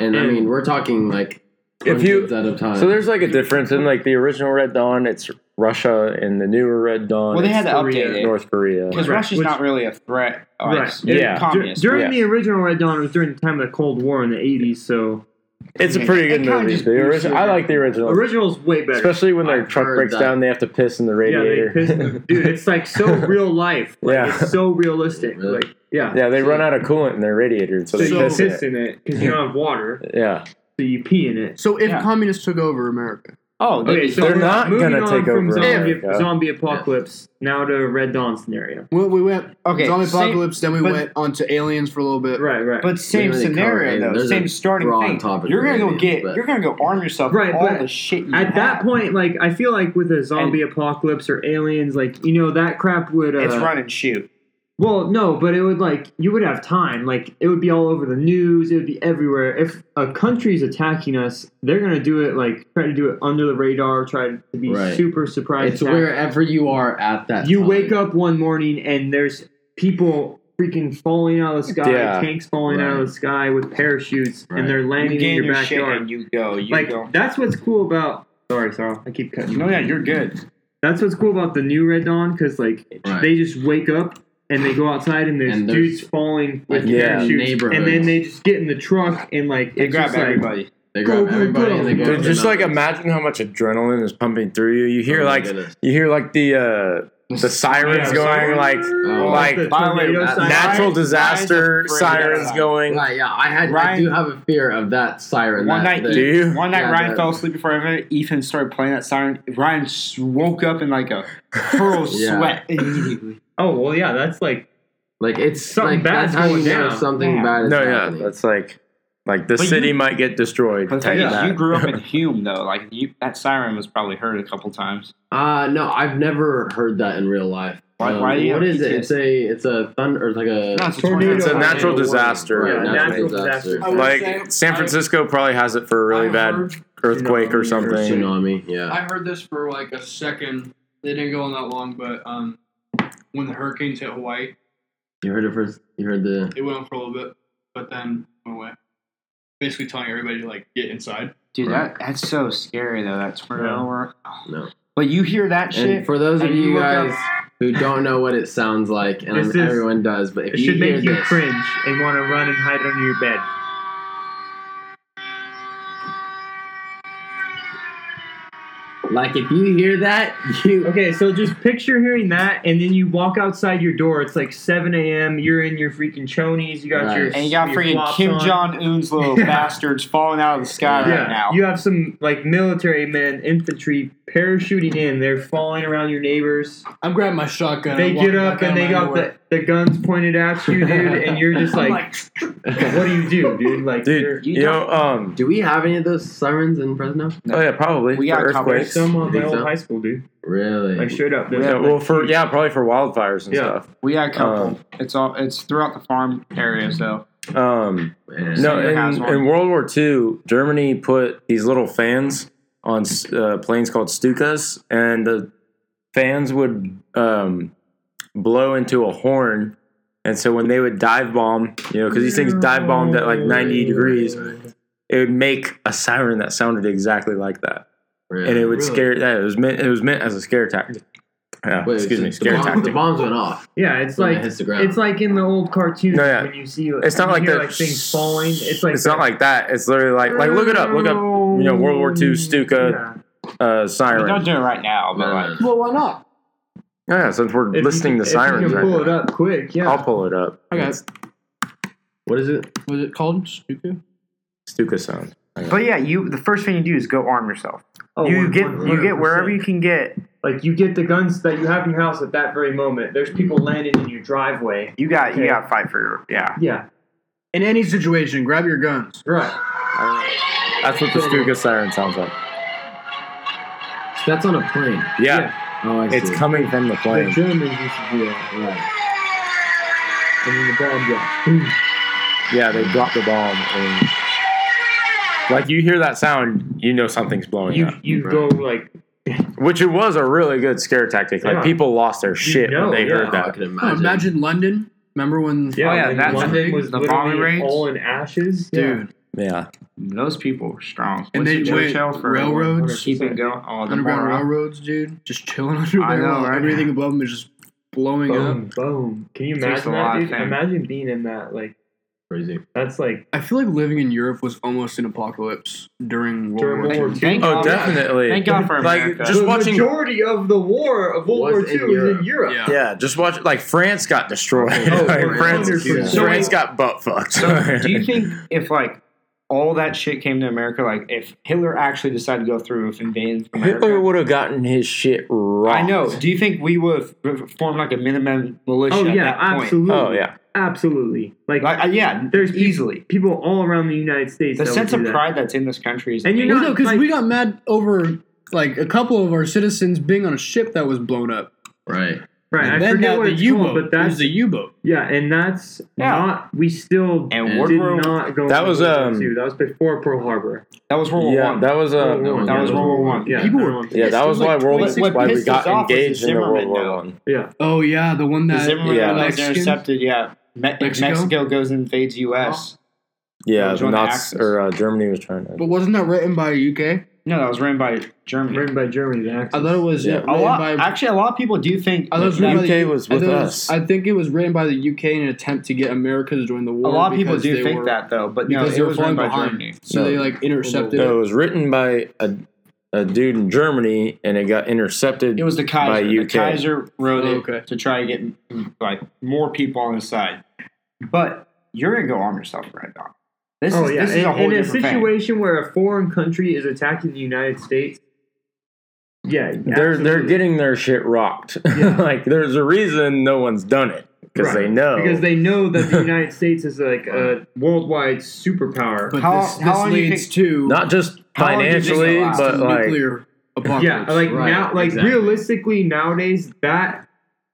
And, I
And-
mean, we're talking like
If you-
hundreds at a time.
So there's like a difference in like the original Red Dawn. It's Russia and the newer Red Dawn.
Well, they had to
it's
update
Korea.
it
North Korea.
because
Right,
Russia's
which-
not really a threat. Uh,
Right.
it's-
Yeah.
it's
Dur-
communist.
During
yes.
the original Red Dawn, it was during the time of the Cold War in the 80s, so
It's a
It-
pretty
it
good
kinda
movie.
just
The
boosts
original,
your-
I like the original,
original's way better.
especially when their
I've
truck
heard
breaks
that.
down. They have to piss in the
yeah, they
radiator.
pissed them. Dude, it's like so real life. Like,
Yeah.
It's so realistic.
Really?
Like, yeah.
yeah, they run out of coolant in their radiator, so
So,
they
you
piss in
piss
it.
in it because you don't have water,
Yeah,
so you pee in it.
So if
Yeah.
communists took over America,
Oh, they-
Okay, so
They're
we're
not
moving
gonna
on
take
from
over
zombie,
America.
zombie apocalypse now to Red Dawn scenario.
we, we went
Okay,
zombie
same-
apocalypse, then we
but-
went on to aliens for a little bit.
Right, right.
But same
really
scenario
covered it.
though,
There's
same
a
starting
broad
thing.
topic
You're gonna
for
go
aliens,
get.
but-
You're gonna go arm yourself
Right,
with all
but
the shit. You
at
have.
that point, like I feel like with a zombie apocalypse or aliens, like you know that crap would uh,
it's run and shoot.
Well, no, but it would like you would have time. Like it would be all over the news. It would be everywhere. If a country's attacking us, they're gonna do it like try to do it under the radar. Try to be
Right.
super surprised.
It's
attack.
wherever you are at that.
you
time.
wake up one morning and there's people freaking falling out of the sky,
Yeah.
tanks falling out of the sky with parachutes,
Right.
and they're
You
landing
gain
in your,
your shit
backyard.
and you go. You
like
go.
that's what's cool about. Sorry, Saul. I keep cutting. you.
No, yeah, you're good.
That's what's cool about the new Red Dawn because like
Right.
they just wake up and they go outside and there's,
And there's-
dudes falling
like,
with
yeah,
parachutes,
neighborhoods.
and then they just get in the truck and like
They
it's
grab
just, like,
everybody.
They grab
Go, go,
everybody and they
go.
go.
Dude,
to
just
the
like
mountains.
imagine how much adrenaline is pumping through you. You hear
Oh my
like
goodness.
you hear like the uh, the sirens
Yeah,
going
sirens.
like
Oh,
like
the tornado
nat-
sirens.
natural
Mine's-
disaster
mine's a freaking
sirens
siren.
going.
Right, yeah, I had. I
Ryan-
do have a fear of that siren.
One
that-
night,
that-
Do you?
one night
Yeah,
Ryan
that-
fell asleep before everything. Ethan started playing that siren. Ryan s- woke up in like a pearl
Yeah.
sweat immediately.
Oh well, yeah, that's like
like it's
Something
like,
bad's
that's how you
going
know
down.
something
Yeah.
bad is
No, yeah,
happening.
that's like like the
But
city
you-
might get destroyed.
But the thing
Take
is,
that.
you grew up in Hume though. Like you, that siren was probably heard a couple times.
uh no, I've never heard that in real life. Um,
Why- why do you
what
have
is
PTSD?
it? It's a it's a thunder. It's like a
No, it's a
tornado.
tornado.
it's a
Yeah.
natural disaster.
Right,
Yeah,
natural
natural
disaster.
disaster.
I would say-
Like San
I-
Francisco probably has it for a really
I
bad
heard-
earthquake or
Or
something.
tsunami. Yeah.
I heard this for like a second. They didn't go on that long, but um, when the hurricanes hit Hawaii,
You heard it first. You heard the.
it went on for a little bit, but then went away. Basically telling everybody to like get inside.
Dude,
Right.
that, that's so scary though. That tornado. work.
No.
But you hear that
And
shit.
for those of
and you
you
look
guys
up-
who don't know what it sounds like, and
This
I'm-
is-
everyone does, but if
it
you
should
hear
make you
this,
cringe and want to run and hide under your bed.
like if you hear that, you
Okay, so just picture hearing that, and then you walk outside your door. It's like 7 a.m. You're in your freaking chonies. You got
Right.
your
and you got
your
freaking
flops
Kim
on.
Jong Un's little
Yeah.
bastards falling out of the sky
Yeah.
right now.
You have some like military men, infantry parachuting in. They're falling around your neighbors.
I'm grabbing my shotgun.
they
I'm
get
walking
up
back out
and
of
they
my
got
underwear.
the, the guns pointed at you, dude. And you're just like, what do you do, dude? Like, you're,
Dude, you, know, um,
do we have any of those sirens in Fresno?
oh yeah, probably
We
for
got a couple.
there's
earthquakes.
some on
You
my
think
old
so?
high school, dude.
Really?
Like straight up. there's,
Yeah,
like,
well, for yeah, probably for wildfires and
Yeah.
we got a couple.
Um,
it's all. It's throughout the farm area. So
stuff. Um,
Man.
No,
Senior has
in,
one.
in World War II, Germany put these little fans on uh, planes called Stukas, and the fans would um, blow into a horn. And so when they would dive bomb, you know, because these things dive bombed at like 90 degrees, it would make a siren that sounded exactly like that,
Really?
and it would
Really?
scare. Yeah, it was meant. It was meant as a scare tactic. Yeah,
Wait,
excuse
so
me,
the
scare
bomb- The
tactic.
bombs went off.
Yeah, it's
when it
like
hits the ground.
it's like in the old cartoons
No, yeah.
when you see
It's not
you
like
hear,
that-
like things falling. It's like
It's not like that. It's literally like like look it up. Look up. You know, World War II Stuka uh,
I mean,
siren.
don't do it right now.
oh,
But like,
No,
Well, why not?
Yeah, since we're
If you
listening to
can- if
sirens
You can
right
pull
now.
it up quick. Yeah.
I'll pull it up.
I got.
It's
What is it?
Was it called Stuka?
Stuka sound.
but yeah, you. The first thing you do is go arm yourself.
Oh,
you
one-
get
one
you
hundred
get wherever
percent.
you can get.
Like you get the guns that you have in your house at that very moment. There's people landing in your driveway.
You got you
Okay.
got to fight for your yeah.
Yeah,
In any situation, grab your guns.
right.
That's what the Stuka siren sounds like.
That's on a plane.
Yeah,
Oh, I see.
it's coming from the
The
plane.
Germans used to do that.
Right.
I mean, the bomb dropped.
Yeah, they dropped the bomb. And, like you hear that sound, you know something's blowing
You
up.
you go like
Oh,
Which it was a really good scare tactic. Like
Yeah.
people lost their shit
know,
when they
yeah.
heard
Oh, I
that.
can
Oh,
imagine.
imagine London. Remember when?
yeah.
Oh, yeah,
like,
that's
London was
the bombing
literally
raids?
all in ashes.
Dude,
Yeah.
Those people were strong.
And they
Winston
went railroads.
keep it going. Oh, the
underground
railroad.
railroads, dude, just chilling under
I
there.
know,
while
right?
Everything above them is just blowing up.
Boom, boom. Can you
Takes a lot
imagine that,
of
dude?
thing.
Imagine being in that. Like
Crazy.
that's like
I feel like living in Europe was almost an apocalypse during World
During
War
World
II.
War
Thank
Oh,
God.
definitely.
Thank God for
Like,
America.
just-
the
watching-
majority of the war of World
Was
War
in
II was
Europe.
in Europe.
Yeah.
Yeah, just watch. Like France got destroyed.
Oh,
like,
yeah.
France,
Yeah.
So-
France got butt fucked.
So, do you think if like all that shit came to America, like if Hitler actually decided to go through with invading America?
Hitler would have gotten his shit wrong.
I know. Do you think we would have formed like a minimum militia?
Oh
at
yeah,
that point?
absolutely.
Oh yeah.
absolutely. Like
Like, uh, yeah,
There's peop-
easily
people all around the United States.
the
that would
sense
do
of
that.
pride that's in this country is.
And you
amazing.
know-
Well, no, because
Like-
we got mad over like a couple of our citizens being on a ship that was blown up.
Right.
Right.
And
I
then
forget
that,
what
the
it's
U
called,
boat.
but
It was
that's
the U boat.
yeah, and that's
Yeah.
not. We still
And
did
Wardrobe-
not go.
that
into
was,
World War
um,
II. That was before Pearl Harbor.
That was World War
yeah,
One.
that was uh,
World War One.
that was
yeah,
World War One.
Yeah,
People were
everyone-
yeah,
Yes,
that was
it was
why
like
World War,
26
why we
pissed us off
got
was the
engaged in the World
Zimmerman
War
now.
One.
yeah.
Oh yeah, the one
The
that
Zimmerman
yeah.
yeah. was
Mexicans?
intercepted. Yeah, Me-
Mexico?
Mexico? goes and invades
Oh.
U.S.
Yeah,
Which
the
one
Nazis
axis?
or uh, Germany was trying
But
to.
wasn't that written by UK?
No, that was ran by Germany.
Written by Germany. The Axis.
I thought it was
Yeah.
yeah.
A
A
written
lot,
by.
actually, a lot of people do think
I thought it was
the
written by
UK
the-
was
I thought
with
it was-
us.
I think it was written by the UK in an attempt to get America to join the
a
war.
lot of people
because
do
they
think
were-
that though. But no,
because
it
they were
was run
falling
by
behind.
Germany.
So
No.
they like intercepted.
No, it was written by a, a dude in Germany, and it got intercepted.
It was the Kaiser.
By
The
UK.
Kaiser wrote
Oh,
it
okay.
to try to get like more people on his side. But you're gonna go arm yourself right now. This
Oh
is
yeah,
this is
in,
a whole
in a
different thing.
situation where a foreign country is attacking the United States. Yeah,
they're they're
absolutely.
getting their shit rocked. like there's a reason no one's done it because
Right.
they know.
because they know that the United States is like a worldwide superpower.
But
How-
this,
how
this
long do you
leads
think-
to
not just
How long do you think
financially,
it lasts?
but like
nuclear apocalypse.
yeah, like
Right,
now, like
exactly.
realistically nowadays, that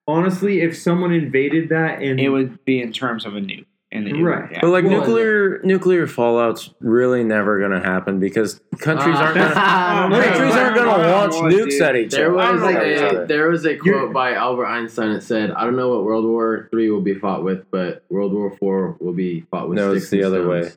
honestly, if someone invaded that and
It would be in terms of a nuke. And it would-
Right.
yeah.
But like
Well-
nuclear nuclear fallout's really never gonna happen because countries aren't gonna
Ah,
that's- oh,
that's-
countries aren't gonna
Wow,
launch
boy,
nukes
dude.
at each
There
other.
was
at each
a
other.
there was a
You're-
quote by Albert Einstein that said, "I don't know what World War Three will be fought with, but World War Four will be fought with."
No,
sticks
it's the
and
other
stones."
way.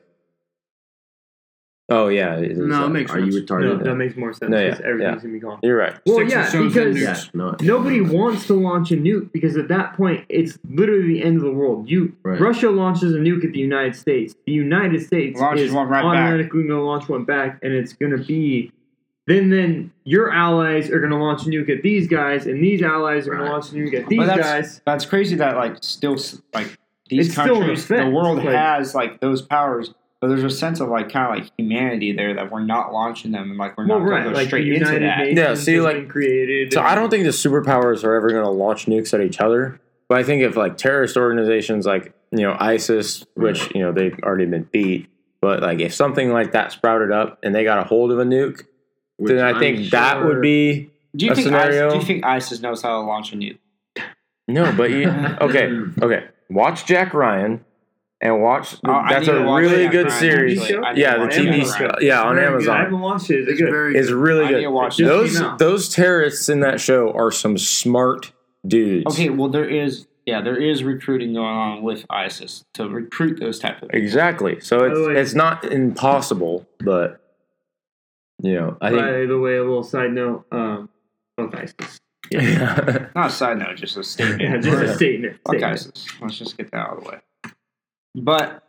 Oh yeah, it is
No,
that.
it makes
Are you
sense.
no,
retarded?
that makes more sense
No, yeah,
because everything's gonna be gone.
You're right.
Well,
Sticks and
yeah,
stones and
because
Yeah, no.
Nobody wants to launch a nuke because at that point it's literally the end of the world. You
Right.
Russia launches a nuke at the United States. The United States
Launches
is
one right back.
automatically going to launch one back, and it's going to be then. Then your allies are going to launch a nuke at these guys, and these allies are going
Right.
to launch a nuke at
But
these
that's,
guys.
That's crazy that like still s- like these
It's still an
countries, the
effect,
world
like-
has like those powers. But there's a sense of like kind of like humanity there that we're not launching them and like we're not
well,
going
right,
to go
like the
straight into
United
that.
Nations
Yeah, see,
has
like-
been created.
So
and-
I don't think the superpowers are ever gonna launch nukes at each other. But I think if like terrorist organizations like you know ISIS, which you know they've already been beat, but like if something like that sprouted up and they got a hold of a nuke,
Which
then I
I'm
think that
sure-
would be
Do you
A
think
scenario?
ISIS, do you think ISIS knows how to launch a nuke?
No, but you okay? Okay, watch Jack Ryan and watch. that's a really good series.
actually. I
Yeah, the
watch Jack
TV show. Yeah, on
Very good. I haven't
Amazon.
watched it. Is it
It's
good?
very
It's really
I need to
good.
watch
Just-
that.
Those
came out.
those terrorists in that show are some smart dudes.
Okay, well there is yeah there is recruiting going on with ISIS to recruit those type of.
exactly. So it's
the way-
it's not impossible, but you know, I think.
By the way, a little side note. Um, fuck ISIS.
Yeah.
Not a side note, just a statement.
Yeah, just
Yeah.
a statement.
Fuck
statement.
ISIS. Let's just get that out of the way. But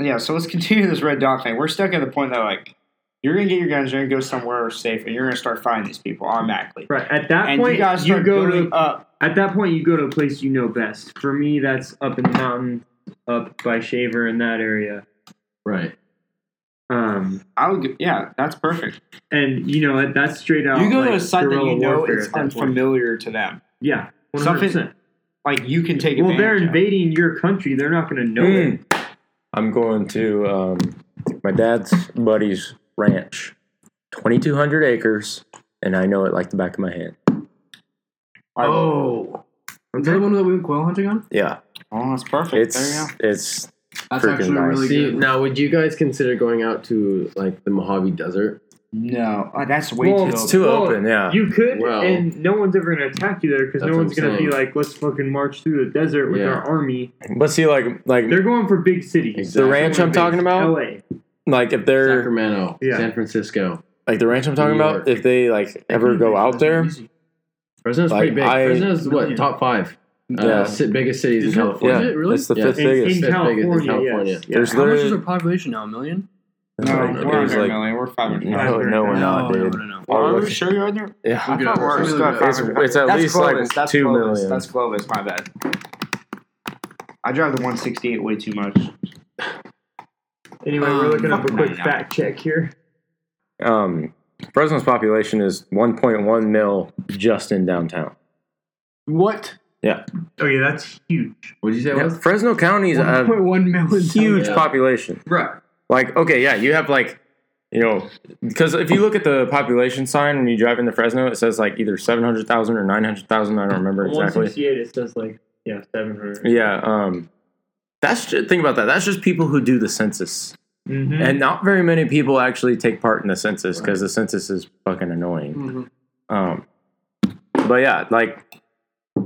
yeah, so let's continue this red dot thing. We're stuck at the point that like you're gonna get your guns, you're gonna go somewhere safe, and you're gonna start finding these people automatically.
Right at that
And
point,
you guys
you
start
go to
building up.
At that point, you go to a place you know best. For me, that's up in the mountain, up by Shaver in that area.
Right.
Um,
I would, g- yeah, that's perfect.
and you know it- that's straight out.
You go
like,
to a site that
guerrilla
you know
warfare
it's
at that point.
unfamiliar to them.
Yeah, one hundred
Something-
percent.
Like you can take
Well,
advantage.
they're
of it.
invading your country. They're not going to know it.
Hmm. I'm going to um, my dad's buddy's ranch, 2,200 acres, and I know it like the back of my hand.
Oh, is that the one that we went quail hunting on?
Yeah,
Oh, that's perfect. there you go.
it's it's
That's
Freaking
actually
nice.
really
See,
good.
now would you guys consider going out to like the Mojave Desert?
No, uh, that's way
Well,
too.
it's too
Well,
open. Yeah,
You could,
Well-
and no one's ever going to attack you there because
That's
no
what
one's
I'm
going to be
saying.
like, "Let's fucking march through the desert with
Yeah.
our army."
but see, like like
They're going for big cities.
the ranch I'm talking about,
L.A.
like if they're
Sacramento,
Yeah.
San Francisco.
like the ranch I'm talking
New
about,
York.
if they like ever go out there,
Fresno's
Like,
pretty big.
I-
Fresno's what top five? Uh,
Yeah.
si- biggest cities in
Is it-
California.
yeah,
it really?
it's the
Yeah.
fifth
in, in
biggest.
Biggest in
California.
California.
Yes.
There's
How much is
literally
our population now? A million?
no,
like,
we're
there's
under a
like
million. We're five hundred.
no, no, we're not,
no,
dude.
no, no.
I'll
Are
look-
we sure you're under?
Yeah,
I thought
up.
we're
Let's
stuck
look it up.
at
it's,
500.
it's at
That's
least
Clovis.
like
That's
two
Clovis.
million.
That's Clovis. My bad. I drive the 168 way too much.
Anyway, we're looking up a
Fucking
quick
ninety-nine.
fact check here.
um, Fresno's population is 1.1 mil just in downtown.
What?
Oh,
Okay, that's huge.
What'd you say? it
Yeah,
was?
Fresno County's a
1.1 million.
huge
Yeah.
population.
Right.
Like, okay, yeah, you have like you know, because if you look at the population sign when you drive into Fresno, it says like either 700,000 or 900,000. I don't remember exactly.
168, it says like, yeah, 700.
Yeah. Um, that's just, think about that. That's just people who do the census.
Mm-hmm.
And not very many people actually take part in the census because the census is fucking annoying.
Mm-hmm.
Um, but yeah, like,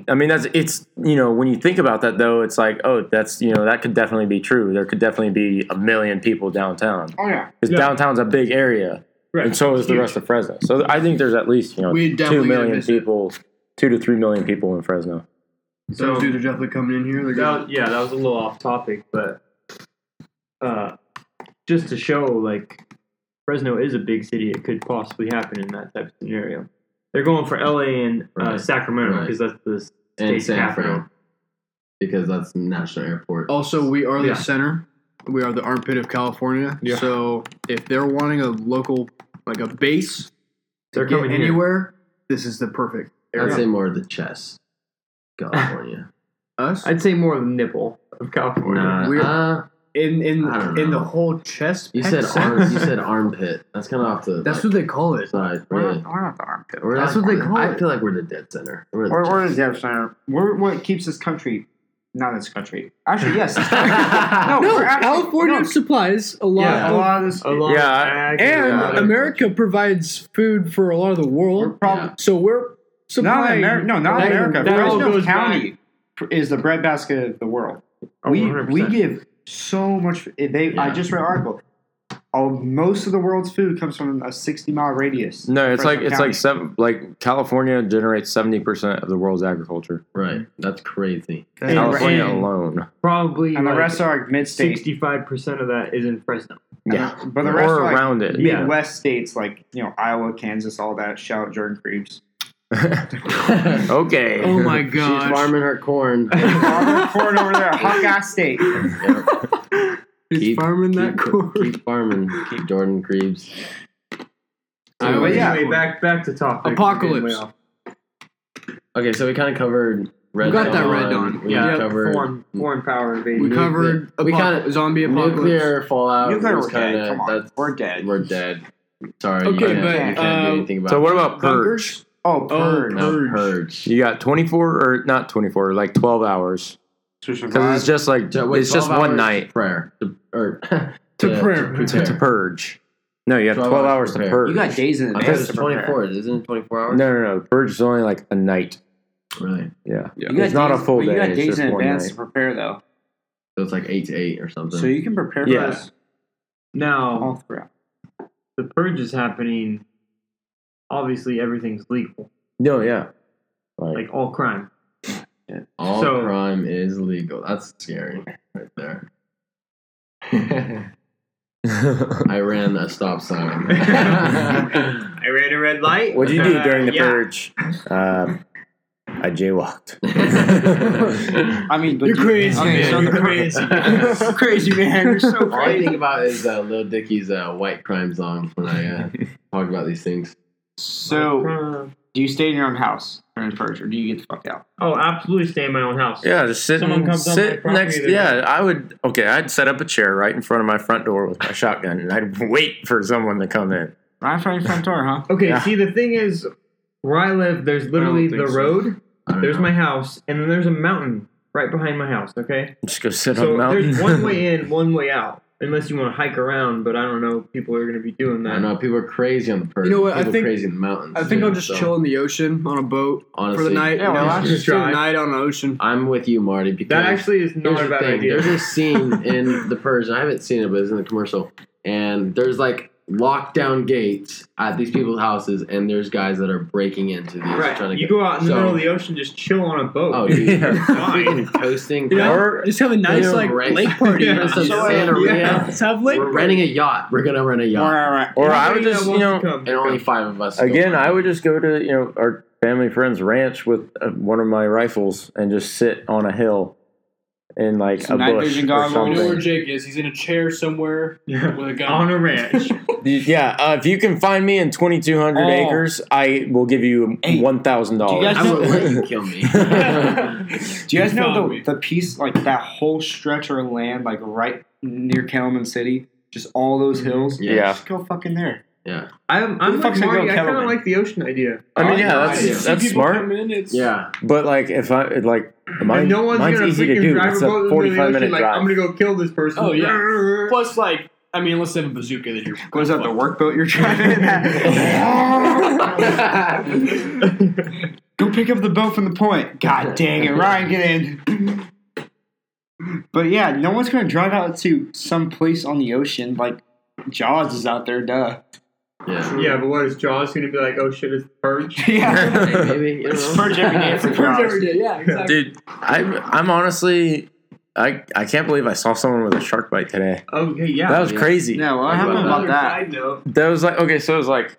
I mean, that's it's you know when you think about that though, it's like oh, that's you know that could definitely be true. There could definitely be a million people downtown
Oh yeah.
because
Yeah.
downtown's a big area, and
right.
so is the rest of Fresno. So I think there's at least you know
We
two
definitely gotta
million
visit.
people, two to three million people in Fresno.
Those dudes are definitely coming in here. They're
That
gonna,
was- yeah, that was a little off topic, but uh, just to show like Fresno is a big city, it could possibly happen in that type of scenario. They're going for LA and uh,
Right.
Sacramento
Right.
because that's the s-
and
state's
San
capital.
Fran because that's the national airport.
Also, we are the
Yeah.
center. We are the armpit of California.
Yeah.
So if they're wanting a local, like a base,
They're
get
coming here.
anywhere. This is the perfect
I'd
area.
say more of the chest, California.
Us
I'd say more of the nipple of California.
nah,
We're-
uh,
in in
I don't
in the
know.
whole chest.
you
peck
said
section.
arm, you said armpit. That's kind of off the
that's
like,
what they call it.
side,
We're
really.
not, we're not the armpit.
We're
That's
like-
what they call
I
it.
feel like we're the dead center. We're the
We're, we're the
chest.
dev center. We're what keeps this country. Not this country. Actually, yes. This country. no, we're actually,
California
no,
supplies a lot
Yeah.
a
of
lot of this.
A lot
Yeah,
of ag
and
a lot of-
America provides food for a lot of the
We're
world,
probably
so we're
not
supplying.
America. No, not
that-
America.
that all
Fresno
goes
County is the breadbasket of the world.
Oh,
we we
100%.
give so much. eh, They I
Yeah.
just read an article. All, most of the world's food comes from a sixty mile radius.
No, it's
Fresno
like it's
County.
like seven, like California generates seventy percent of the world's agriculture.
Right. That's crazy.
And-
California
and
alone.
probably
and the
like
rest are mid state,
sixty-five percent of that is in Fresno.
Yeah,
but the rest
or
are like
around it.
Yeah.
Midwest states like you know Iowa, Kansas, all that. Shout out Jordan Creeps.
okay.
Oh my
She's
gosh!
farming her corn.
Farmer corn over there, Hawkeye State.
Yep.
He's
Keep-
farming that
keep,
corn.
Keep farming. Keep Jordan Creeves.
So,
Um,
but yeah.
Anyway, back back to topic.
Apocalypse.
Way off.
Okay, so we kind of covered Red
We got that Red Dawn.
We
Yeah,
covered
foreign foreign power invasion.
We covered
We
apo-
kinda-
zombie apocalypse.
nuclear fallout.
Nuclear,
was
we're dead.
kinda-
Come on,
that's-
we're dead.
We're dead. Sorry, you
Okay,
can't,
but,
you can't
uh,
do anything about
So what
it.
about purge?
Bunkers?
Oh, purge.
No,
Purge.
purge?
You got 24 or not 24, like 12 hours.
To
Because
survive.
it's just like,
So, wait,
it's just
12
one
hours
night
prayer to, or
To prayer.
to, to purge. No, you have 12,
12
hours
hours
to
prepare.
purge.
you got days in
I guess
advance.
it's
to prepare.
24. Isn't it 24
no,
hours?
no, no. Purge is only like a night.
Really?
Yeah.
You got
It's not a
days-
full
but You
day,
got
it's
days
just
in
one
advance
night.
to prepare though,
So it's like 8 to 8 or something.
so you can prepare
Yeah.
for this all
now
throughout.
the purge is happening. Obviously, everything's legal,
No, yeah. Like,
like all crime.
All
so-
crime is legal. That's scary right there. I ran a stop sign.
I ran a red light.
what'd you do during the
yeah.
purge? Um, I jaywalked.
I mean, but
You're
you-
crazy.
okay, so
man.
the-
You're crazy.
crazy man. You're so
All I
crazy.
think about is uh, Lil Dicky's uh, "White Crime" song when I uh, talk about these things.
So, do you stay in your own house during the purge, or do you get the fuck out?
Oh, absolutely stay in my own house.
Yeah, just sit,
Someone
and,
comes on my
sit
property,
next.
they're
Yeah, I would. Okay, I'd set up a chair right in front of my front door with my shotgun, and I'd wait for someone to come in.
Right in front of your front door, huh?
Okay,
Yeah.
see, the thing is, where I live, there's literally
think
the
so.
road,
I don't
there's
know.
my house, and then there's a mountain right behind my house, okay?
Just go sit on
So
the mountain.
there's one way in, one way out, unless you want to hike around, but I don't know if people are going to be doing
I
that.
don't know. People are crazy on the purge.
You know what, I
People
think-
crazy in the mountains.
I think
too,
I'll just
so,
chill in the ocean on a boat
Honestly,
for the night.
Yeah,
you know,
well,
just
that's-
do a
Try.
night on an ocean.
I'm with you, Marty. Because
That actually is not
Here's
a
the
bad
thing.
idea.
There's a scene in The Purge. I haven't seen it, but it's in the commercial. And there's like lockdown gates at these people's houses, and there's guys that are breaking into these. Trying to
right. You
get-
go out in the
So-
middle of the ocean, just chill on a boat.
Oh, dude.
Yeah.
you're fucking coasting.
You know,
Or-
just have a nice
Yeah,
like
right.
lake party.
Yeah.
Just-
So, uh, yeah.
Let's have lake.
We're renting a yacht. We're gonna rent a
All
yacht,
right, all right.
or I would
Anybody that
just, you
wants to
know,
come,
and only
come.
five of us.
Again, I would just go to you know our family friend's ranch with uh, one of my rifles and just sit on a hill in like
Some
a
night
bush
vision
or
goggles.
You know where
something.
Jake is? He's in a chair somewhere
Yeah.
with a gun.
on a ranch.
You- Yeah, uh, if you can find me in 2,200
Oh.
acres, I will give you
Hey,
one thousand
do you guys
dollars.
I would let you kill me. yeah,
Do you guys know
found me.
the, the piece, like that whole stretch of land, like right near Kelman City? just all those
Mm-hmm.
hills.
Yeah.
Yeah.
Just go fucking there.
Yeah.
I'm, I'm
fuck's
like
gonna go
Marty. I kind of
cattleman?
like the ocean idea.
I mean,
I
yeah,
like
that's
it.
See
that's
people
smart.
come in, it's-
Yeah.
But like, if I it, like, mine,
and no one's
mine's
gonna
easy to
freaking
do.
drive
It's
a
a
boat into the
forty-five
ocean
minute
like
drive.
I'm gonna go kill this person.
Oh, yeah. Plus, like, I mean, unless they have a bazooka, then you're.
What is that? The workboat you're driving? go pick up the boat from the point. God dang it, Ryan, get in. But yeah, no one's gonna drive out to some place on the ocean like Jaws is out there, duh.
Yeah.
Yeah, but what is Jaws gonna be like? Oh shit, it's purge.
Yeah,
Maybe. You
it's
know.
purge every day for
Purge every
Jaws.
day, yeah, exactly.
Dude, I'm I'm honestly, I I can't believe I saw someone with a shark bite today.
Okay, yeah.
That was
yeah.
crazy.
Yeah, well, I
What
don't know about
Another
that.
side note.
That was like okay, so it was like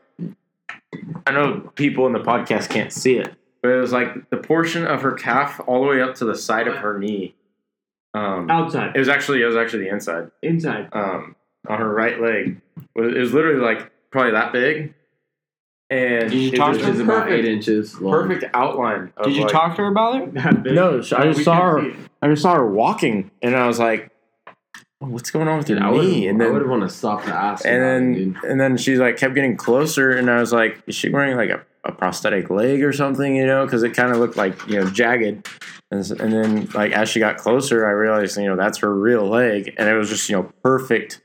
I know people in the podcast can't see it, but it was like the portion of her calf all the way up to the side of her knee. Um,
Oh.
Outside,
it was actually it was actually the inside
inside.
um, on her right leg. It was, it was literally like probably that big, and
Did you
it
talk
was
to her?
just
about eight
perfect,
inches long.
perfect outline. Of
Did you
like-
talk to her about it?
That big.
No, sh- I
No,
just
we
saw
can't
her.
see it.
I just saw her walking, and I was like, "What's going on with
Dude,
your
I
knee?" And
would I
then
would want to stop the ass.
and
dude.
then and then she like kept getting closer and i was like is she wearing like a, a prosthetic leg or something you know because it kind of looked like you know jagged and, s- and then like as she got closer i realized you know that's her real leg and it was just you know perfect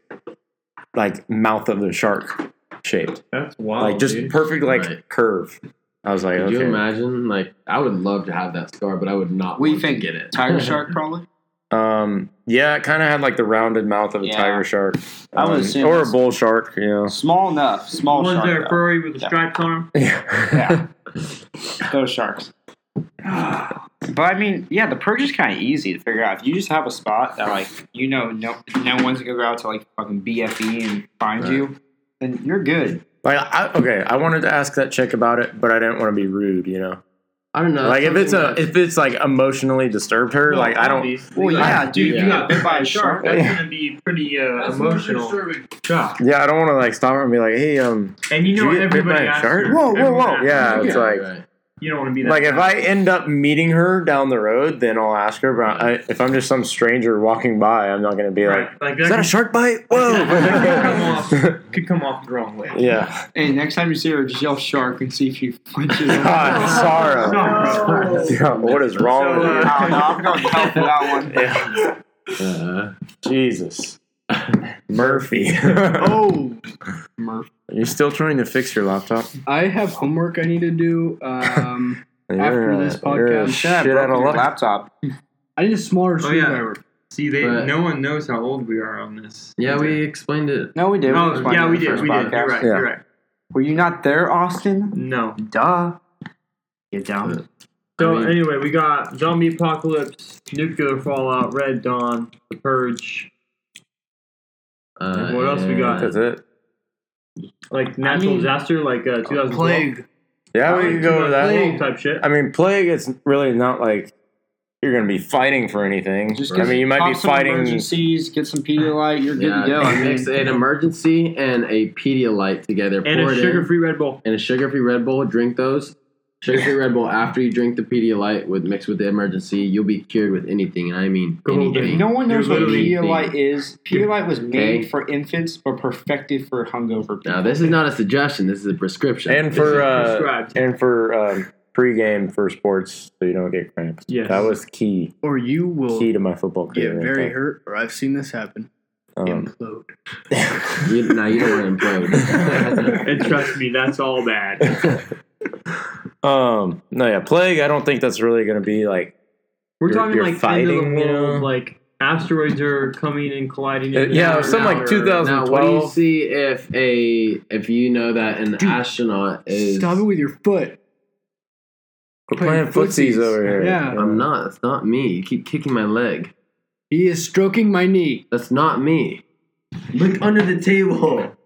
like mouth of the shark shaped
That's wild.
like just
dude.
perfect like
Oh, Right.
curve i was like
Could you
okay
imagine? Like, I would love to have that scar, but I would not.
What do you
want
think?
To get it.
Tiger shark, probably.
um yeah it kind of had like the rounded mouth of a
Yeah.
tiger shark
I would
um,
assume
or a
that's-
bull shark you know
Small enough, small
ones that are
shark. though.
furry with the
Yeah.
stripes on them.
Yeah, those sharks. But I mean, yeah, the purge is kind of easy to figure out. If you just have a spot that, like, you know, no, no one's gonna go out to like fucking BFE and find
Right.
you, then you're good.
Like, I, okay, I wanted to ask that chick about it, but I didn't want to be rude, you know.
I don't know.
like, if it's a,
Uh, Something
if it's like emotionally disturbed her, like I don't.
Obviously, like,
dude,
yeah.
You got bit by a
shark.
shark. That's gonna be pretty uh,
That's the most
emotional.
disturbing.
Yeah.
Yeah, I don't want to like stop her and be like, hey, um,
And you
Did
know
you get bit by
everybody
a
asks
shark?
her.
Whoa,
whoa,
Everyone
whoa.
asks
Yeah,
her.
it's
that-
like-
right.
you don't want to be that.
like if I end up meeting her down the road, then I'll ask her. But I, if I'm just some stranger walking by, I'm not gonna be like,
Right. Like
is that a
that
shark bite?
Come
Whoa.
could- could come off the wrong way.
yeah.
Hey, next time you see her, just yell shark and see if you find you.
God, sorrow. Yeah, what is wrong
So,
with
uh,
No,
you?
no, I'm going to tell for that one.
Yeah.
Uh,
Jesus. Murphy.
Oh, Murph.
Are you still trying to fix your laptop?
I have homework I need to do. Um, After
You're a-
this podcast,
you're a
shut up,
shit out of
Your
luck.
laptop.
I need a smaller
Oh, yeah.
screwdriver.
See, they
But-
no one knows how old we are on this.
yeah, we explained it.
No, we did.
Oh, yeah, we did. We did. You're right.
Yeah.
You're right.
Were you not there, Austin?
No.
Duh. You dumb.
So
I mean-
anyway, we got zombie apocalypse, nuclear fallout, red dawn, the purge,
Uh,
What else we got?
That's it.
like natural
mean-
disaster, like uh, 2012.
Plague.
Yeah, we can go over that.
Plague type shit.
I mean, plague. It's really not like you're going to be fighting for anything.
Just
I mean, you might
pop
be
some
fighting.
emergencies. Get some Pedialyte. You're good
Yeah,
to go. I mean,
mix an emergency and a Pedialyte together.
And
pour
a
it in,
sugar-free Red Bull.
and a sugar-free Red Bull. Drink those. Sugar-free Red Bull after you drink the Pedialyte with mixed with the emergency, you'll be cured with anything, and I mean
Golden.
anything.
No one knows what
You're literally-
Pedialyte is. Pedialyte was made
Okay.
for infants, but perfected for hungover people.
Now this is not a suggestion. This is a prescription.
And for uh,
prescribed.
and for um, pregame for sports, so you don't get cramps.
Yes.
That was key
Or you will
key to my football career.
get
right
very
there.
hurt, or I've seen this happen.
Um,
Implode.
you, now you don't want to implode.
and trust me, that's all bad.
um, no, yeah, plague. I don't think that's really going to be like.
We're
You're-
talking
you're
like end of
fighting,
the
you
world,
know?
like asteroids are coming and colliding.
Uh,
into
yeah,
the
something like
Earth.
2000
Now, what do you
2012.
see if a if you know that an
Dude,
astronaut is?
Stop it with your foot.
We're playing footsies over here.
Yeah.
I'm not. That's not me. You keep kicking my leg.
He is stroking my knee.
That's not me. Look under the table.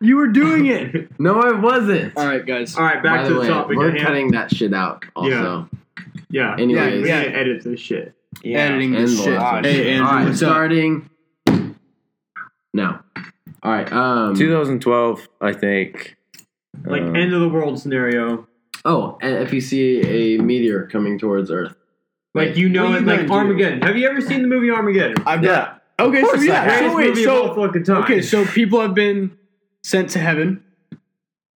You were doing it.
No, I wasn't.
All right, guys.
All right,
By
back
the
to the
way,
topic.
we're
at hand.
cutting that shit out. Also,
Yeah,
anyways,
we
Yeah.
need to edit this shit.
Editing
and
this
the
shit.
last one.
Hey, Andrew,
all right,
what's up?
starting now. All right. Um.
2012, I think.
Like
Um,
end of the world scenario.
oh, and if you see a meteor coming towards Earth,
Like you know,
What are
it,
you
like
gonna do?
Armageddon. Have you ever seen the movie Armageddon?
I've got. Okay, so yeah. So wait, so
fucking time.
okay, so people have been sent to heaven,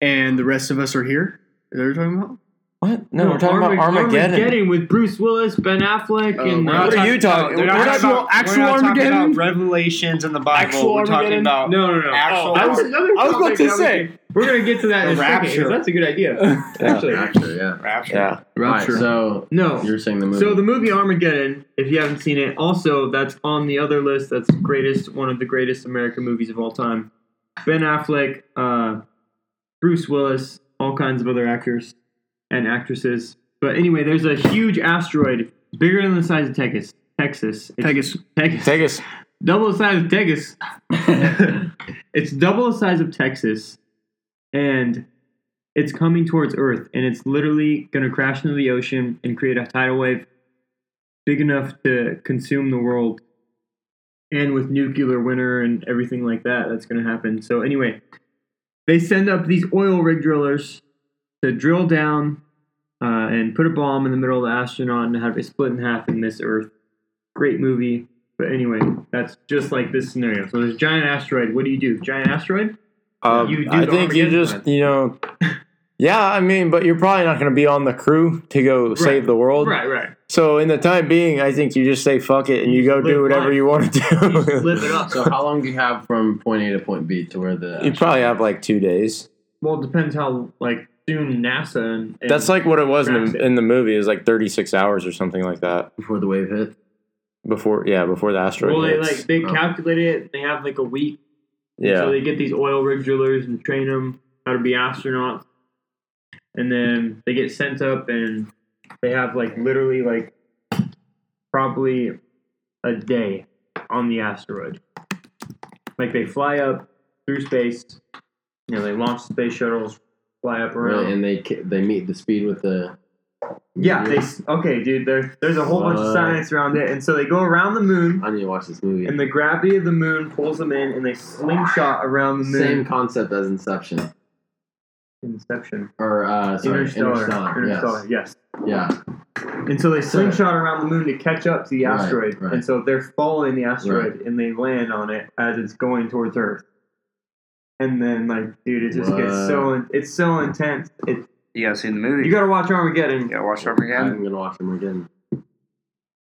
and the rest of us are here. Is that what you're talking about?
What? No, we're talking about Armageddon.
with Bruce Willis, Ben Affleck,
and-
and
we're not
What are you talking?
We're
We're
not
not
talking
actual-
about,
actual
we're not talking
Armageddon?
about revelations in the Bible.
Actual
we're talking
Armageddon?
about
no, no, no.
actual.
I was-
Ar-
I was about to say.
We're gonna get to that in a
The
second, 'cause
rapture.
That's a good idea. Actually,
Actually, yeah.
rapture.
yeah.
Right.
Rapture.
So
no.
you're saying the movie.
So the movie Armageddon, if you haven't seen it, also that's on the other list. That's greatest, one of the greatest American movies of all time. Ben Affleck, uh, Bruce Willis, all kinds of other actors and actresses. But anyway, there's a huge asteroid bigger than the size of Texas. Texas. It's-
Pegasus.
Texas.
Take us.
Double the size of Texas. it's double the size of Texas, and it's coming towards Earth, and it's literally going to crash into the ocean and create a tidal wave big enough to consume the world. And with nuclear winter and everything like that, that's going to happen. So, anyway, they send up these oil rig drillers to drill down uh, and put a bomb in the middle of the astronaut and have it split in half and miss Earth. Great movie. But anyway, that's just like this scenario. So there's a giant asteroid. What do you do? Giant asteroid?
Um,
You do
I
the
think you
Armageddon
just,
plan.
you know, yeah, I mean, but you're probably not going to be on the crew to go save the world.
Right, right.
So in the time being, I think you just say fuck it and you go
Live
do whatever
life.
you want to do.
Live it up.
So how long do you have from point A to point B to where the
you probably have like two days.
Well, it depends how like soon NASA and, and
That's like what it was in
Crafted.
the, in the movie. It was like 36 hours or something like that
before the wave hit?
before, yeah, before the asteroid
well, they
hits.
like they
Oh.
calculate it. and They have like a week,
yeah.
so they get these oil rig drillers and train them how to be astronauts, and then they get sent up and they have like literally like probably a day on the asteroid. Like they fly up through space, you know, they launch the space shuttles, fly up around.
Really? And they ca- they meet the speed with the
Yeah, they s- okay, dude. There, there's a whole bunch of
What?
science around it, and so they go around the moon,
I need to watch this movie.
and the gravity of the moon pulls them in, and they slingshot around the moon.
Same concept as Inception
Inception,
or uh, sorry,
interstellar,
Interstellar.
Interstellar, yes.
Yes. Yeah.
And so they slingshot around the moon to catch up to the
Right,
asteroid,
right.
and so they're following the asteroid, and they land on it as it's going towards Earth. And then, like, dude, it just gets
What?
so in- it's so intense. It,
You gotta see the movie.
you gotta watch Armageddon.
You gotta watch Armageddon.
I'm gonna watch them again.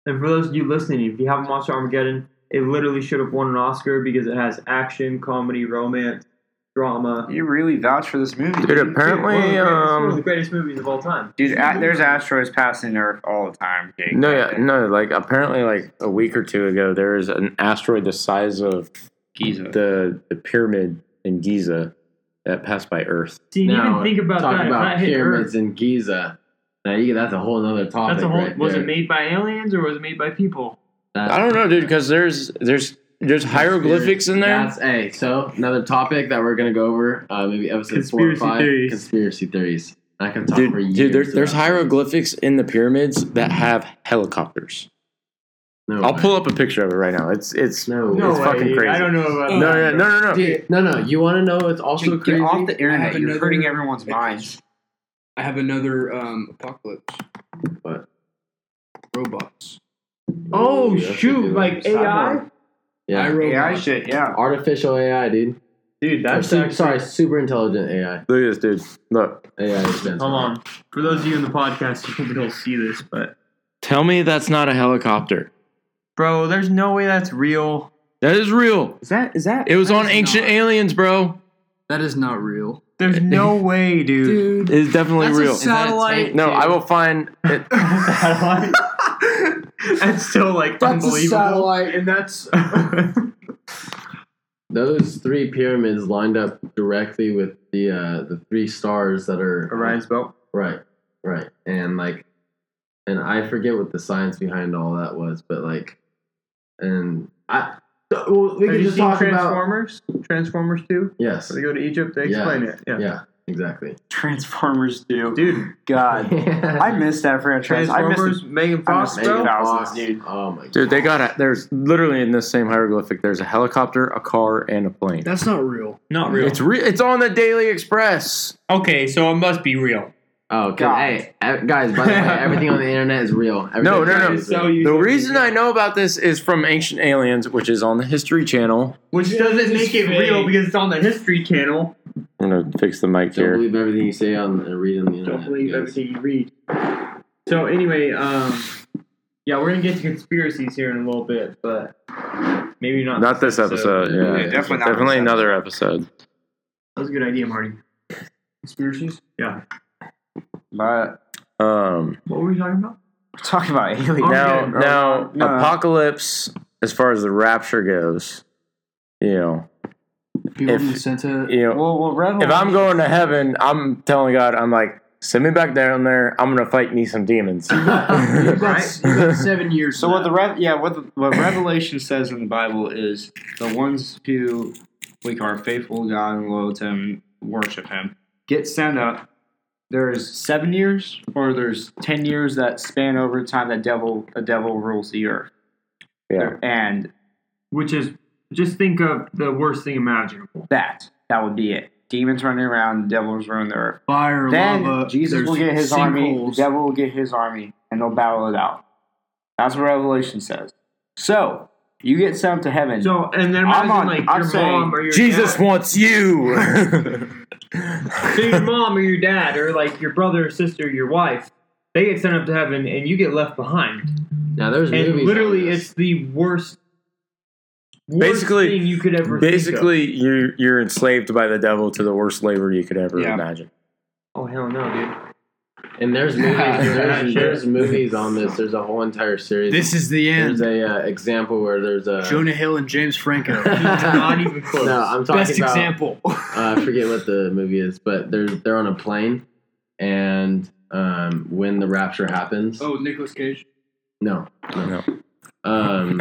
And for those of you listening, if you haven't watched Armageddon, it literally should have won an Oscar because it has action, comedy, romance, drama.
You really vouch for this movie,
Dude, apparently,
Dude, it's one of the
um,
greatest movies of all time.
Dude, a- there's asteroids passing Earth all the time. Jake.
no, yeah, no, like apparently, like a week or two ago, there was an asteroid the size of
Giza.
the, the pyramid in Giza that passed by Earth.
See, and even think about
talk
that.
about
if that hit
pyramids
Earth,
in Giza. Now you, that's a whole other topic.
that's a whole.
Right
was
there.
it made by aliens or was it made by people?
That-
I don't know, dude, because there's there's there's hieroglyphics in there.
That's a so another topic that we're gonna go over. Uh, maybe episode
Conspiracy
four or five.
theories.
Conspiracy theories. I can talk
dude,
for years.
dude, there's, there's
about
hieroglyphics in the pyramids that have helicopters.
this. No
I'll
way.
pull up a picture of it right now. It's it's no,
No,
It's way, fucking dude. crazy. I don't
know about
no, no, no, no. no.
Dude, no, no. You want to know? It's also
Dude,
crazy.
get off the
I
internet.
have
You're
another-
hurting everyone's minds.
I have another um, apocalypse.
What?
Robots.
Oh
Ooh, that's a
shoot!
good one.
Like AI,
I
yeah,
AI
robots.
shit. Yeah.
artificial AI, dude.
dude.
Or
That's
su-
actually-
sorry, super intelligent AI.
Look at this, dude. Look.
AI is
Hold on. For those of you in the podcast, you won't be able to see this, but
Tell me that's not a helicopter.
bro, there's no way that's real.
That is real.
Is that is that?
It was
That
on
is
Ancient
not.
Aliens, bro.
That is not real,
There's no way, dude.
It is definitely
That's
real.
a satellite.
no, I will find it.
Satellite. that's still like
That's a
unbelievable.
satellite, and that's
Those three pyramids lined up directly with the uh, the three stars that are
Orion's belt.
Right, right, and like, and I forget what the science behind all that was, but like, and I well, we
Have
can
you
just
seen
talk about
Transformers? Transformers Two.
yes,
So they go to Egypt. They
Yeah.
explain it. Yeah.
yeah, exactly.
Transformers do.
Dude,
God, Uh, I
I
missed that franchise. I missed
Transformers,
it.
Megan Fox,
miss Megan
bro.
Fox.
Fox,
Thousands, dude.
Oh my
Dude, they got a, there's literally in this same hieroglyphic. There's a helicopter, a car, and a plane.
that's not real.
Not
It's real. It's on the Daily Express.
Okay, so it must be real.
Oh, 'cause-
God.
hey, e- guys! By the way, everything on the internet is real. Everything
No,
is
no, no.
real.
So you
The reason I know about this is from Ancient Aliens, which is on the History Channel.
which doesn't make it real because it's on the History Channel.
I'm gonna fix the mic
Don't
here.
believe everything you say on and read on the internet.
Don't believe
guys.
everything you read. So anyway, um, yeah, we're gonna get to conspiracies here in a little bit, but maybe not.
Not this episode. Yeah,
Yeah, definitely not
Definitely
this
another episode.
That was a good idea, Marty.
Conspiracies?
Yeah.
But
Um,
What were we talking about?
talk about aliens.
now,
Or-
now,
no.
apocalypse. As far as the rapture goes, you know,
People
If-
from Santa.
you know,
Well, well, Red
if
Line-
I'm going to heaven, I'm telling God, I'm like, send me back down there. I'm gonna fight me some demons.
You got, s- you got seven years.
So what the rev- yeah what the, what Revelation says in the Bible is the ones who we are faithful to God and loyal to Him, worship Him, get sent up. There's seven years, or there's ten years that span over the time that devil the devil rules the earth,
yeah,
and
Which is just think of the worst thing imaginable.
that that would be it. Demons running around, the devil's ruling the earth.
fire,
Then
lava.
Jesus
there's
will get his army, the
sinkholes.
devil will get his army, and they'll battle it out. That's what Revelation says. So you get sent up to heaven.
So and then
I'm
imagine
on-
like
I'm
your
saying
mom or your
Jesus
dad.
wants you.
So your mom or your dad or like your brother or sister, your wife, they get sent up to heaven and you get left behind.
Now there's
And
movies.
literally,
on this.
it's the worst, worst
Basically-
thing you could ever. think of.
Basically, you're you're enslaved by the devil to the worst labor you could ever
Yeah.
imagine.
Oh hell no, dude!
and there's movies. there's,
Yeah.
there's movies on this. There's a whole entire series.
This is the
there's
end.
a uh, example where there's a
Jonah Hill and James Franco.
Not even close.
No, I'm talking
Best
about.
example.
uh, I forget what the movie is, but they're they're on a plane, and um, when the rapture happens,
Oh, Nicholas Cage.
no,
No.
um,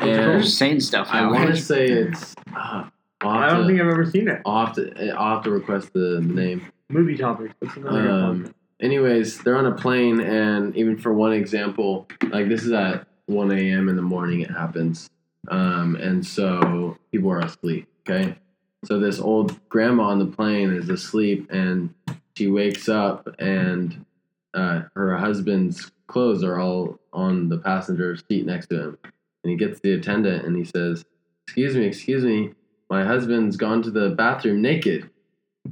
They're
and
just saying stuff.
I
now.
want to say it's. Uh, I'll have
I don't
to-
think I've ever seen it.
I'll have to, I'll have to request the name.
Movie topic. That's another good
Um,
one.
anyways, they're on a plane, and even for one example, like this is at 1 a.m. in the morning, it happens. Um, and so people are asleep, okay? So this old grandma on the plane is asleep, and she wakes up, and uh, her husband's clothes are all on the passenger seat next to him. And he gets the attendant and he says, Excuse me, excuse me, my husband's gone to the bathroom naked.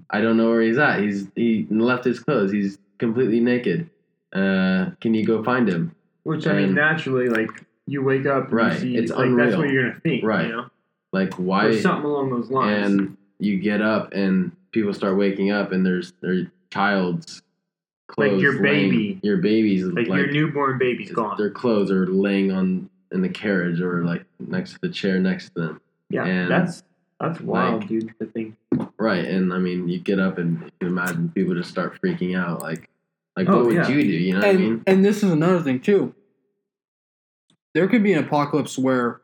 I don't know where he's at. He's he left his clothes. He's completely naked. Uh, can you go find him?
Which I mean,
um,
naturally, like you wake up and you
Right,
see,
it's
like that's what
unreal.
you're gonna think,
Right.
You know,
Like
or
why?
something along those lines.
And you get up, and people start waking up, and there's their child's
Like
clothes,
your
laying-
baby.
your baby's
like, your newborn baby's gone.
Their clothes are laying on in the carriage or like next to the chair next to them.
Yeah,
and,
that's that's wild,
like-
dude. To think.
Right, and I mean, you get up and you can imagine people just start freaking out. Like, like
Oh,
what would
yeah.
you do? You know what I
and
mean?
and this is another thing too. There could be an apocalypse where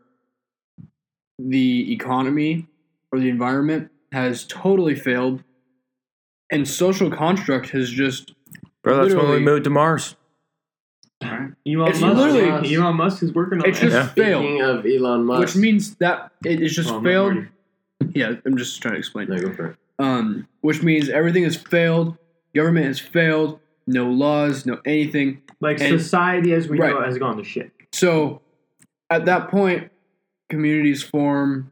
the economy or the environment has totally failed, and social construct has just
Bro, that's when we
Literally.
moved to Mars.
Elon
It's
Musk.
literally-
Elon Musk is working on
it's
that.
just
Yeah.
failed,
Speaking of Elon Musk,
which means that it is just
Oh, man,
failed.
Marty.
Yeah, I'm just trying to explain.
no, go for it.
um, which means everything has failed. Government has failed. No laws, no anything.
Like
And-
society as we
Right.
know it has gone to shit.
So at that point, communities form.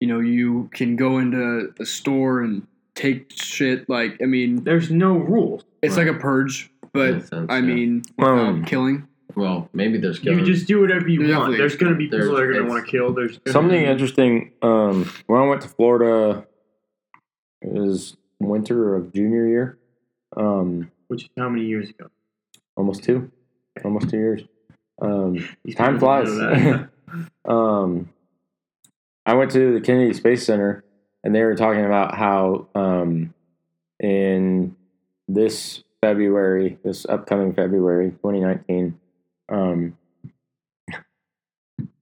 You know, you can go into a store and take shit. Like, I mean,
There's no rules.
it's
Right.
like a purge, but
Makes sense,
I
yeah.
mean,
Well,
um, killing.
Well, maybe there's
You
government.
just do whatever you
Definitely.
want. There's gonna be people
There's-
that are gonna
it's-
want to kill. There's gonna
Something
be-
interesting. Um, when I went to Florida, it was winter of junior year. Um,
which is how many years ago?
almost two, almost two years. Um,
These
time
people don't
flies.
know that.
um, I went to the Kennedy Space Center, and they were talking about how um, in this February, this upcoming February, 2019, um,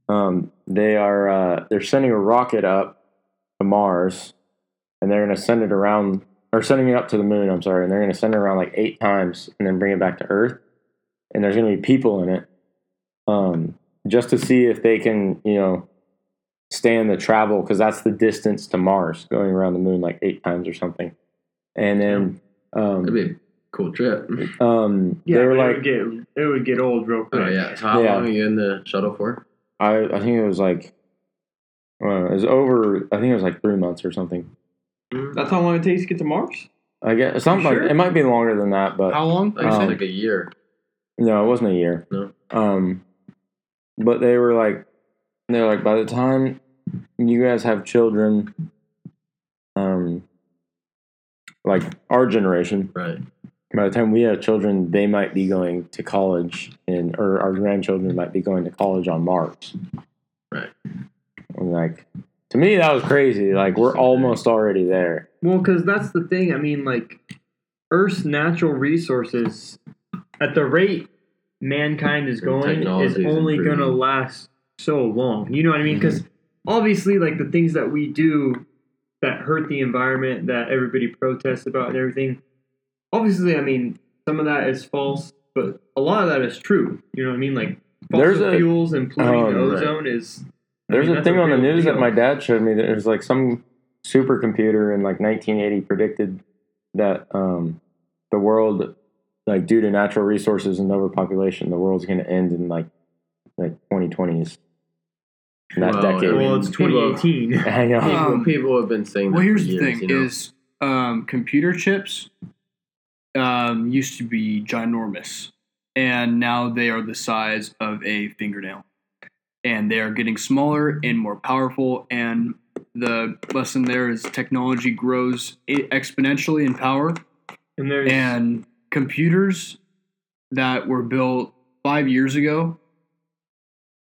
um, they are uh, they're sending a rocket up to Mars, and they're going to send it around or sending it up to the moon. I'm sorry, and they're going to send it around like eight times, and then bring it back to Earth. And there's going to be people in it. Um, just to see if they can, you know, stand the travel because that's the distance to Mars, going around the moon like eight times or something. And then, um,
That'd be a cool trip. Oh,
Um,
Yeah,
they were
but
like,
it would get it would get old real quick.
Oh yeah. So how
Yeah.
long are you in the shuttle for?
I I think it was like, well, it was over. I think it was like three months or something.
That's how long it takes to get to Mars.
I guess something
sure?
like it might be longer than that, but
How long?
Like,
Um,
like a year.
no, it wasn't a year.
No.
Um, but they were like, they're like, by the time you guys have children, um, like our generation,
Right.
by the time we have children, they might be going to college, and or our grandchildren might be going to college on Mars.
Right.
And like, to me, that was crazy. Like, we're almost already there.
Well, because that's the thing. I mean, like Earth's natural resources, at the rate mankind is
And
going, is
technology's
only going to
improving.
last so long. You know what I mean? Because obviously, like the things that we do that hurt the environment, that everybody protests about, and everything. Obviously, I mean, some of that is false, but a lot of that is true. You know what I mean? Like
There's
fossil
a-
fuels and polluting
Oh,
the
right.
ozone is. I
There's
mean,
a
that's
thing on the
real
news that
deal.
my dad showed me. That it was like some supercomputer in like 1980 predicted that um, the world, like due to natural resources and overpopulation, the world's going to end in like like 2020s. in That
Well,
decade.
I mean,
Well, it's
people-
2018.
Hang on.
Yeah. Um,
people, people have been saying.
Well,
that
here's
for
the
years,
thing:
you know?
is um, computer chips um, used to be ginormous, and now they are the size of a fingernail, and they are getting smaller and more powerful. And the lesson there is technology grows i- exponentially in power,
And there's
and computers that were built five years ago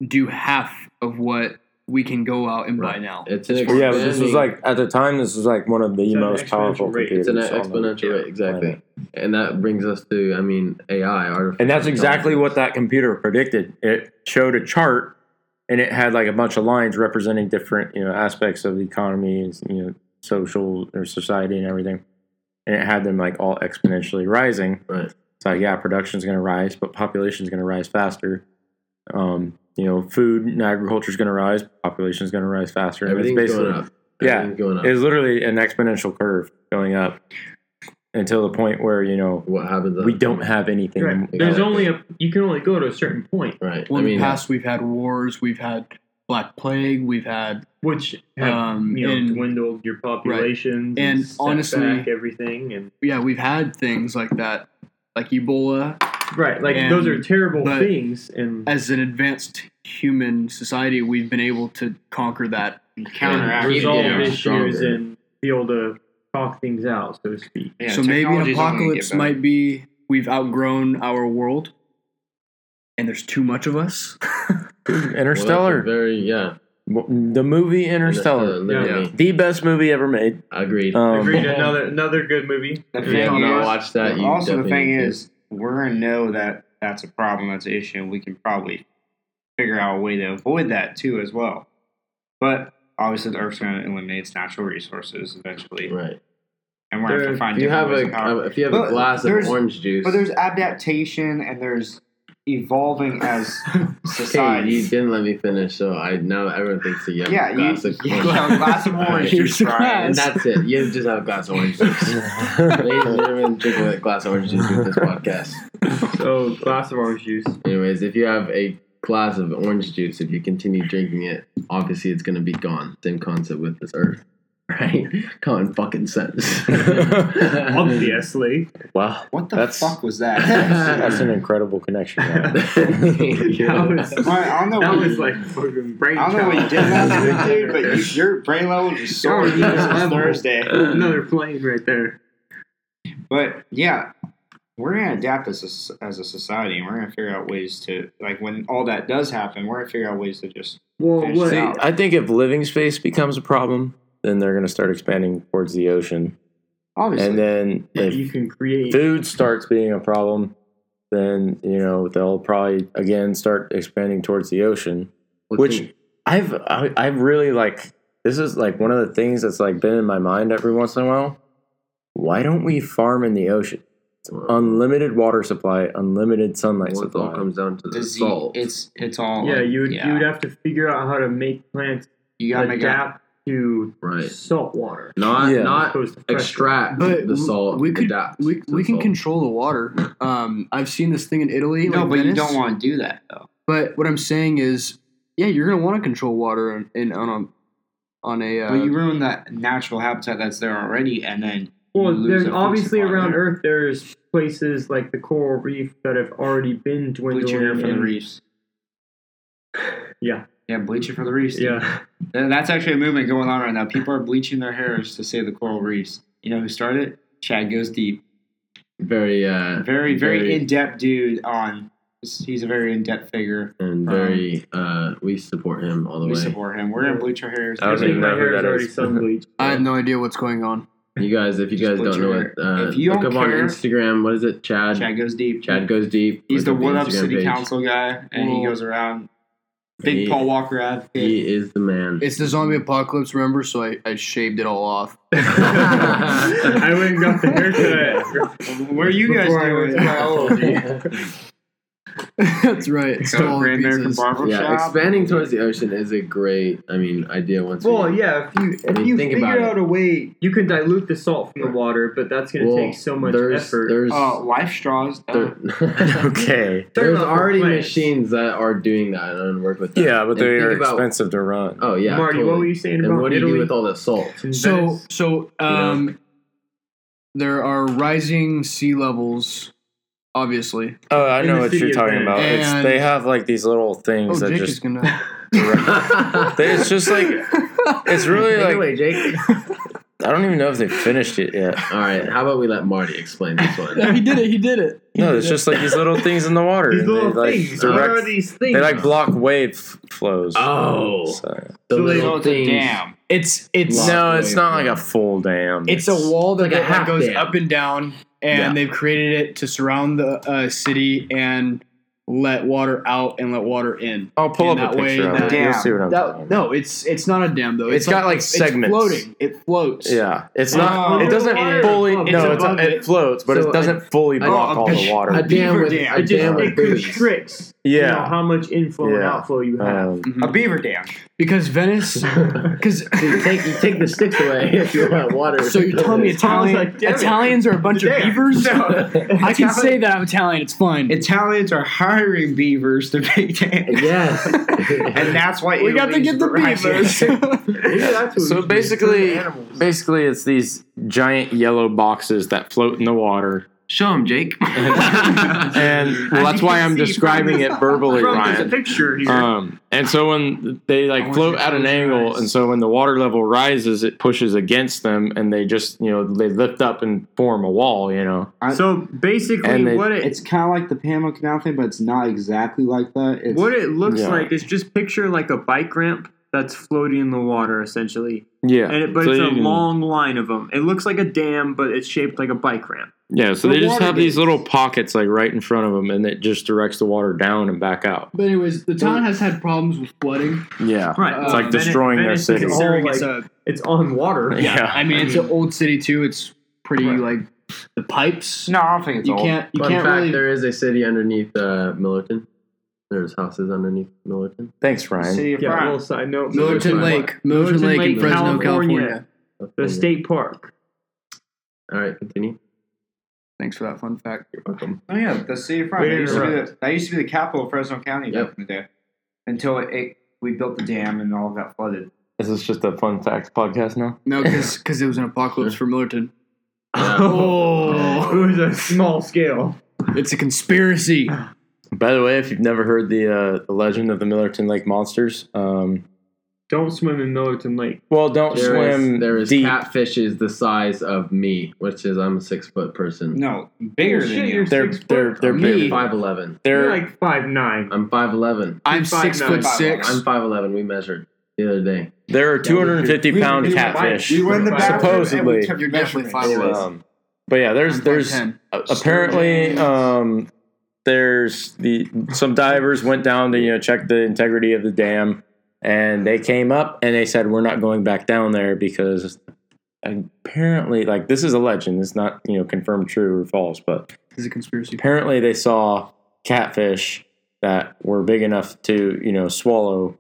do half of what we can go out and buy
Right.
now.
it's an
Well, yeah, but this was
expanding-
like at the time. This was like one of the
It's at an
most powerful
exponential rate.
computers.
It's an
on the-
exponential rate, exactly.
planet.
And that brings us to, I mean, AI, artificial.
And that's exactly
intelligence.
what that computer predicted. It showed a chart, and it had like a bunch of lines representing different you know aspects of the economy, and, you know, social or society and everything. And it had them like all exponentially rising.
Right.
It's like yeah, production's going to rise, but population's going to rise faster. Um, you know, food and agriculture's going to rise, population's going to rise faster. And it's
Everything's
basically-
going up.
Yeah,
Everything's going up.
It was literally an exponential curve going up until the point where you know
what happens?
we don't have anything.
Right. There's only a you can only go to a certain point,
Right.
Well,
I
in
mean,
the past, we've had wars, we've had Black Plague, we've had,
which have
um,
you know
and
dwindled your populations
And
and, set
honestly-
back everything and
yeah, we've had things like that, like Ebola.
right like
And-
those are terrible
but-
things and
As an advanced human society, we've been able to conquer that.
Counteract.
resolve
Yeah.
issues
Stronger.
and be able to talk things out, so to speak.
Yeah,
so maybe an
technology's only gonna get
apocalypse
better.
might be we've outgrown our world, and there's too much of us.
well, that's a
Interstellar,
very yeah.
the movie
uh,
Interstellar,
literally.
the best movie ever made.
Agreed.
Um,
Oh,
Agreed. Another another good movie.
The
if
thing
you have not
is-
watched that, you
also, the
definitely
thing
need to.
is, we're gonna know that that's a problem, that's an issue, and we can probably figure out a way to avoid that too, as well. But obviously, the Earth's gonna eliminate its natural resources eventually,
right.
and we're gonna have
There-
to find
If you
different
have
ways of
a
how-
if you have
But
a glass of
there's-
orange juice,
But there's adaptation, and there's evolving as
hey,
society.
you didn't let me finish, so I now everyone thinks that you have
yeah,
a
you,
glass of
you
orange
have a glass of orange
Here's
juice,
the
Brian.
glass.
And that's it. You just have a glass of orange juice. Ladies and gentlemen, drink a glass of orange juice with this podcast.
So glass of orange juice.
Anyways, if you have a glass of orange juice, if you continue drinking it, obviously it's gonna be gone. Same concept with this earth. Right? Common fucking sense.
Obviously.
wow,
What the
That's-
fuck was that?
that's an incredible connection. man.
That was
Brian, I don't know.
that
what
was
you-
like fucking brain.
I don't know what you
child.
did last week, dude, but you, your brain level just soared
Yeah,
this
level.
Thursday.
Another plane right there.
But yeah, we're gonna adapt as a, s- as a society, and we're gonna figure out ways to like when all that does happen, we're gonna figure out ways to just
Well,
Finish
what?
See,
out.
I think if living space becomes a problem, then they're going to start expanding towards the ocean,
obviously.
and then if
you can create
food starts being a problem, then you know they'll probably again start expanding towards the ocean. Which I've I, I've really like. This is like one of the things that's like been in my mind every once in a while. Why don't we farm in the ocean? Unlimited water supply, unlimited sunlight
Well, it all
supply.
comes down to the
Disease-
salt.
It's it's all
Yeah,
like,
you would you would have to figure out how to make plants
you gotta make a,
adapt to
Right.
salt water.
Not
Yeah.
not
Opposed to fresh
extract
But
the salt.
we could
adapt
we,
to the
we can
salt.
control the water. Um, I've seen this thing in Italy.
No,
like
but you
Venice.
don't want to do that though.
But what I'm saying is, yeah, you're gonna want to control water in, in on a on a. Uh,
but you ruin that natural habitat that's there already, and then
Well,
you lose
there's
the food
obviously
supply
around
there.
Earth. There's places like the coral reef that have already been dwindling.
Bleach your hair for the
and-
reefs.
Yeah,
Yeah, bleach it for the reefs. dude.
yeah.
Th- That's actually a movement going on right now. People are bleaching their hairs to save the coral reefs. You know who started it? Chad Goes Deep.
very uh
Very, very,
Very-
in depth dude on. He's a very in depth figure.
and very uh we support him all the
Um, We
way.
support him. We're going to bleach our hairs.
I don't
Everything-
even know
my
who
hair is
that
already
is.
sun bleached.
I have no idea what's going on.
You guys, if you
Just
guys
put
don't know
your-
it, uh,
if you
look
don't
up on
care-
Instagram. What is it, Chad? Chad,
Chad Goes Deep.
goes deep.
He's the
Look
Wood Up
Instagram
City
page.
Council guy, and he
Well,
goes around. Big
he-
Paul Walker advocate.
He is the man.
It's the zombie apocalypse, remember? So I, I shaved it all off.
I went and got the haircut.
Where are you guys
before I went to
doing?
my ology.
That's right. Stolen
Grand American
pieces.
Barber
yeah,
Shop.
expanding towards the ocean is a great, I mean, idea once.
Well,
we-
yeah. If you
I
if
mean,
you
think
figure
about it.
out a way, you can dilute the salt from the
Right.
water, but that's going to
Well,
take so much
there's,
effort.
There's
uh, life straws. uh,
there-
okay.
there's
They're not
already
plants.
machines that are doing that and work with. That.
Yeah, but
And
they
think
are
about-
expensive to run.
Oh yeah,
Marty, what were
totally.
you saying
And
about
what do you
Italy?
do with all that salt?
In
So
Venice?
so um, there are rising sea levels, obviously.
Oh, I
In
know
the
what
city
you're
of
talking about.
Venice.
It's,
And-
they have like these little
Oh,
things that
Jake is
just.
gonna.
They- it's just like it's really like
Anyway, Jake.
I don't even know if they finished it yet.
All right, how about we let Marty explain this one?
he did it. He did it.
No, it's just like these little things in the water.
These
and they
little
like
things. what
direct.
are these things?
They like block wave f- flows.
oh,
So-
the
So they-
so
little
it's a
things.
dam.
It's it's uh,
Block
no, it's
wave
not like a
flows.
full dam.
it's a wall that,
like a
that
half
goes
dam.
up and down, and
Yeah.
they've created it to surround the uh, city and let water out and let water in.
I'll pull
in
up a
that way
picture of
that-
it. You'll see what I'm talking
That,
about.
no, it's it's not a dam though.
It's got, like, segments.
floating. It floats.
Yeah, it's
Oh.
not. It doesn't
Underwater.
fully.
It's
No, it's
above
it
it.
floats, but
So
it doesn't fully block
a
all the
picture-
water.
A dam
beaver
with
dam.
a
It just
dam with
it
boobies.
constricts. You know,
yeah.
how much inflow and
Yeah.
outflow you have.
Um,
A beaver dam.
because Venice. Because
Um, take take the sticks away if you want water.
so you're telling me Italian,
like, damn it.
Italians are a bunch of
Damn.
beavers? I can
Italian-
say that I'm Italian. It's fine.
Italians are hiring beavers to make dams.
yes.
And that's why
we got to
Italy's
get the
rising.
beavers.
Maybe that's what we
so
should do.
basically,
Turn animals.
basically, it's these giant yellow boxes that float in the water,
Show him, Jake.
and well,
As
that's
you
why
can
I'm
see
describing
from-
it verbally,
Bro,
Ryan.
there's a picture here.
Um, and so when they like
want you
float
to
at an
close your
angle,
eyes.
and so when the water level rises, it pushes against them, and they just you know they lift up and form a wall. You know,
so basically,
And they-
what it
it's kind of like the Panama Canal thing, but it's not exactly like that. It's,
what it looks
Yeah.
like is just picture like a bike ramp that's floating in the water, essentially.
yeah.
And it, but
So
it's a
you can-
long line of them. It looks like a dam, but it's shaped like a bike ramp.
yeah. So
the
they just
water
have these
gates.
little pockets like right in front of them, and it just directs the water down and back out.
But anyways, the town has had problems with flooding.
Yeah,
Right.
It's like
destroying their
Venice,
city.
It's, all,
Considering
like,
it's a,
it's on water.
yeah.
I mean, it's an old city too. It's pretty like the pipes.
no, I don't think it's
you
old.
can't. You
Fun
can't
fact:
really.
There is a city underneath uh, Millerton. There's houses underneath Millerton.
Thanks, Ryan.
City of
Yeah, a
Prime.
little side note.
Millerton Lake, Millerton,
Millerton
Lake, in
Lake,
Fresno, California.
California.
That's
The
funny.
state park.
All right, continue.
Thanks for that fun fact.
You're welcome.
Oh yeah, the city of
We
Front. That
didn't
used, to be the, that used to be the capital of Fresno County
Yep.
back in the day. Until it, it we built the dam and all got flooded.
This is just a fun fact podcast now.
No, because it was an apocalypse for Millerton.
Oh, it was a small scale.
It's a conspiracy.
By the way, if you've never heard the uh, the legend of the Millerton Lake monsters, um,
Don't swim in Millerton Lake.
well, don't
There is-
swim
there is
deep.
catfishes the size of me, which is I'm a six foot person.
No, bigger
Well,
than
shit,
you.
you're-
They're
Six
they're
foot.
they're
Me.
big.
Five eleven.
They're
You're like five nine.
I'm five eleven.
I'm
Five
six
nine.
foot
Five
six.
I'm five eleven. We measured the other day.
There are 250 pound
we- we-
catfish.
We were in the bathroom
Supposedly.
and we kept
You're
measurements.
definitely five eleven.
Um, but yeah, there's
I'm
there's
5'10".
uh, apparently um, there's the some divers went down to you know check the integrity of the dam, and they came up and they said we're not going back down there because apparently like this is a legend. It's not you know confirmed true or false, but
It's a conspiracy.
apparently they saw catfish that were big enough to you know swallow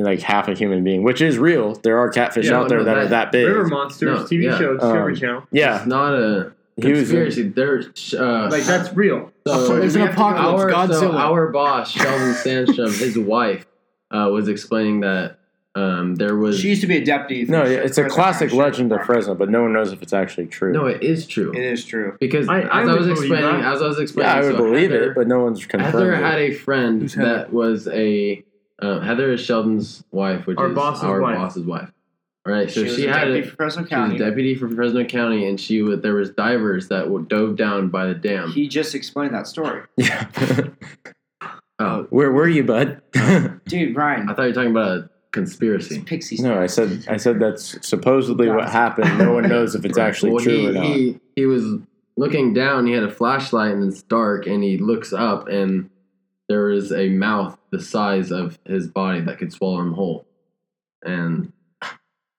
like half a human being, which is real. There are catfish
Yeah,
out there
no,
that,
that-
are that big.
River Monsters
No,
TV
yeah.
show, Discovery
Um,
Channel.
yeah,
It's not a
he was.
conspiracy. They're uh,
Like that's real.
so-
It's an
we have to go-
apocalypse.
our, so
Godzilla.
our boss, Sheldon Sandstrom, his wife, uh, was explaining that um, there was.
She used to be a deputy. for
No,
the
yeah, it's a
Fresno
classic
County
legend of
Sheriff's
Fresno, but no one knows if it's actually true.
no, it is true.
Department. It is true.
Because
I-
as
I
I,
would
was
believe
explaining,
that.
as I was explaining,
yeah, I would
so
believe
Heather-
it, but no one's confirmed.
Heather
it.
had a friend
Who's Heather?
that was a um, Heather is Sheldon's wife, which
Our
is
boss's
our
wife.
boss's wife. All right, so
was
she
a
had
deputy
a,
for Fresno
she was a
County.
deputy for Fresno County, and she was, there was divers that w- dove down by the dam.
He just explained that story,
yeah.
oh,
Where were you, bud?
dude. Ryan,
I thought you were talking about a conspiracy.
it's pixie.
no, I said I said that's supposedly what happened. No one knows if it's actually
Well,
true
he,
or not.
He, he was looking down. He had a flashlight, and it's dark. And he looks up, and there is a mouth the size of his body that could swallow him whole. And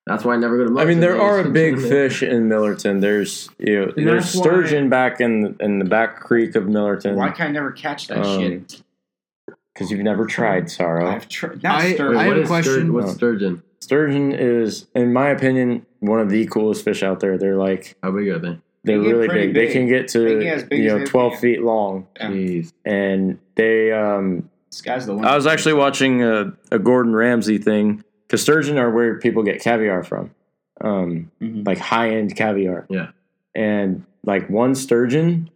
that's why I never go to.
I mean, there are a
Mugsy.
big fish in Millerton. There's you know,
And
there's
that's why-
sturgeon back in in the back creek of Millerton.
Why can I never catch that
Um,
shit?
Because you've never tried sorrow.
I've tried. Not
I-
stirred.
Wait,
I have
what
a
is
question.
sturgeon- what's
No.
sturgeon?
Sturgeon is, in my opinion, one of the coolest fish out there. They're like
How big are they?
they're
They get
really
pretty
big.
big.
They can get
They
to
get as big
you
as
know
they
twelve
can.
feet long,
Yeah.
Jeez.
and they um
Sky's the limit.
I was actually watching a, a Gordon Ramsay thing because sturgeon are where people get caviar from, um,
Mhm.
like high end caviar.
Yeah.
and like one sturgeon.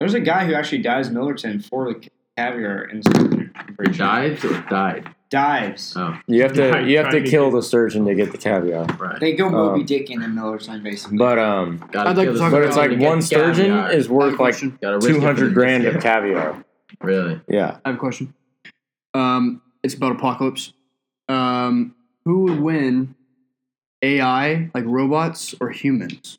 There's a guy who actually dives Millerton for the caviar and sturgeon. I'm pretty sure.
Dives or died?
dives.
Oh,
You have to you have to
Trying to
kill the sturgeon to get the caviar.
right.
They go Moby
Um,
Dick in the Millerton, basically.
But um,
Gotta
I'd like
kill
to
the
talk
but
about-
it's
sturgeon to
like
get
one
the
sturgeon
caviar.
is
I have
worth
a
like
question.
Gotta risk it
two
for
hundred
the
grand of
caviar.
caviar.
Really?
Yeah,
I have a question. Um, it's about apocalypse. Um, who would win? AI, like robots or humans?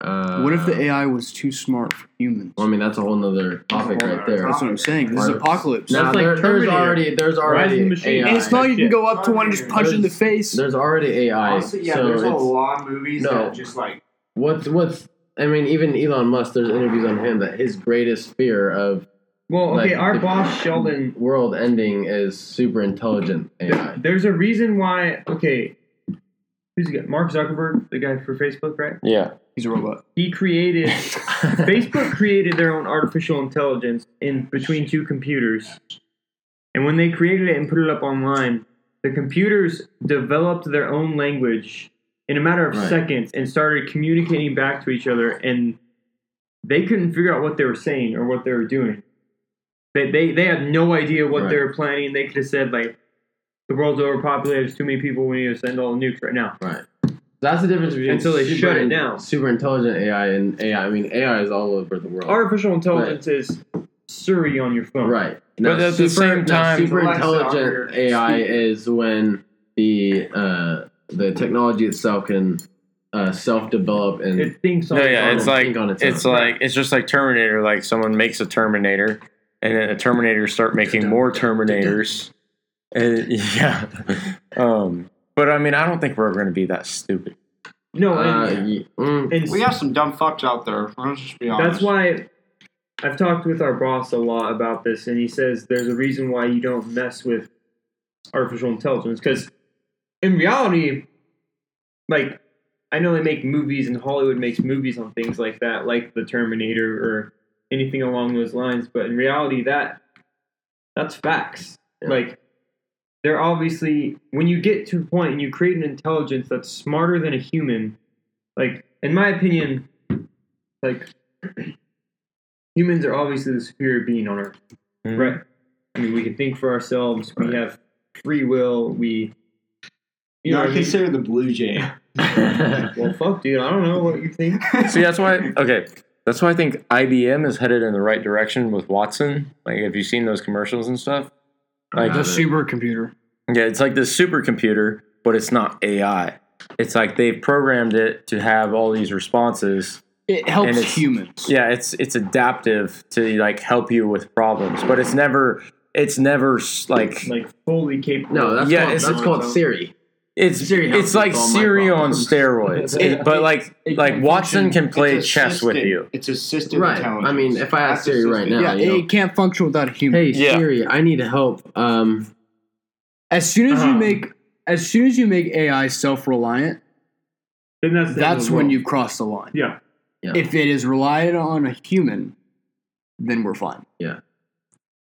Uh,
What if the AI was too smart for humans?
Well, I mean, that's a whole nother topic
whole
right
nother
there.
That's what I'm saying. This is
Right.
apocalypse.
No,
That's like
there- there's
Terminator.
already there's already
Rising Machine.
AI.
and it's not you can
shit.
go up to one and just punch it in the face.
There's already AI.
Honestly, yeah,
so
there's a
it's-
lot of movies
No.
that just like
what's what's I mean, even Elon Musk. There's interviews on him that his greatest fear of
Well, okay,
Like,
our
the-
boss Sheldon.
world ending is super intelligent AI.
There's a reason why. Okay, who's the guy? Mark Zuckerberg, the guy for Facebook, right?
yeah.
He's a robot.
He created
Facebook.
Facebook created their own artificial intelligence in between two computers. And when they created it and put it up online, the computers developed their own language in a matter of
Right.
seconds and started communicating back to each other and they couldn't figure out what they were saying or what they were doing. They they, they had no idea what they
Right.
were planning and they could have said like the world's overpopulated, there's too many people, we need to send all the nukes right now.
Right. That's the difference between
Until they
super
shut it
in-
down.
Super intelligent AI and AI. I mean, AI is all over the world.
Artificial intelligence is Siri on your phone.
Right.
But at the same
now,
time-
super
Alexa or
intelligent AI is when the uh, the technology itself can uh, self develop and
It thinks on
No,
its
yeah,
own.
it's
on-
like
think on its
it's
own.
like it's just like Terminator. Like someone makes a Terminator, and then the Terminators start making more Terminators, and yeah. Um, but I mean, I don't think we're going to be that stupid.
No,
uh,
and,
y- mm,
and
we have some dumb fucks out there. Let's just be honest.
that's why I've talked with our boss a lot about this, and he says there's a reason why you don't mess with artificial intelligence because in reality, like I know they make movies, and Hollywood makes movies on things like that, like the Terminator or anything along those lines. But in reality, that that's facts.
Yeah.
Like they're obviously when you get to a point and you create an intelligence that's smarter than a human, like in my opinion, like humans are obviously the superior being on earth.
Mm-hmm.
Mhm.
Right. I mean we can think for ourselves, we have free will, we you know,
Not
what I mean?
consider the Blue Jay.
well fuck dude, I don't know what you think.
See, that's why. Okay, that's why I think IBM is headed in the right direction with Watson. Like, have you seen those commercials and stuff? Like,
The supercomputer.
yeah, it's like this supercomputer, but it's not AI. It's like they've programmed it to have all these responses.
It
And
helps
it's-
humans.
yeah it's it's adaptive to like help you with problems but it's never it's never s- like
Like fully capable
no, that's
Yeah,
called,
it's-
that's called Siri.
it's
Siri helps
it's like
with all my
Siri on
problems.
steroids It- but like
it
like
can
Watson
function-
can play
It's
chess with
assisted-
you
It's assisted
Right.
intelligence.
I mean, if I had
That's
Siri right
assisted-
now,
Yeah,
you know,
it can't function without a human.
hey
Yeah.
Siri, I need help. Um,
As soon as you
Uh-huh.
make as soon as you make AI self reliant,
Then that's the end of
that's
the
when
world.
you cross the line.
Yeah.
Yeah.
If it is reliant on a human, then we're fine.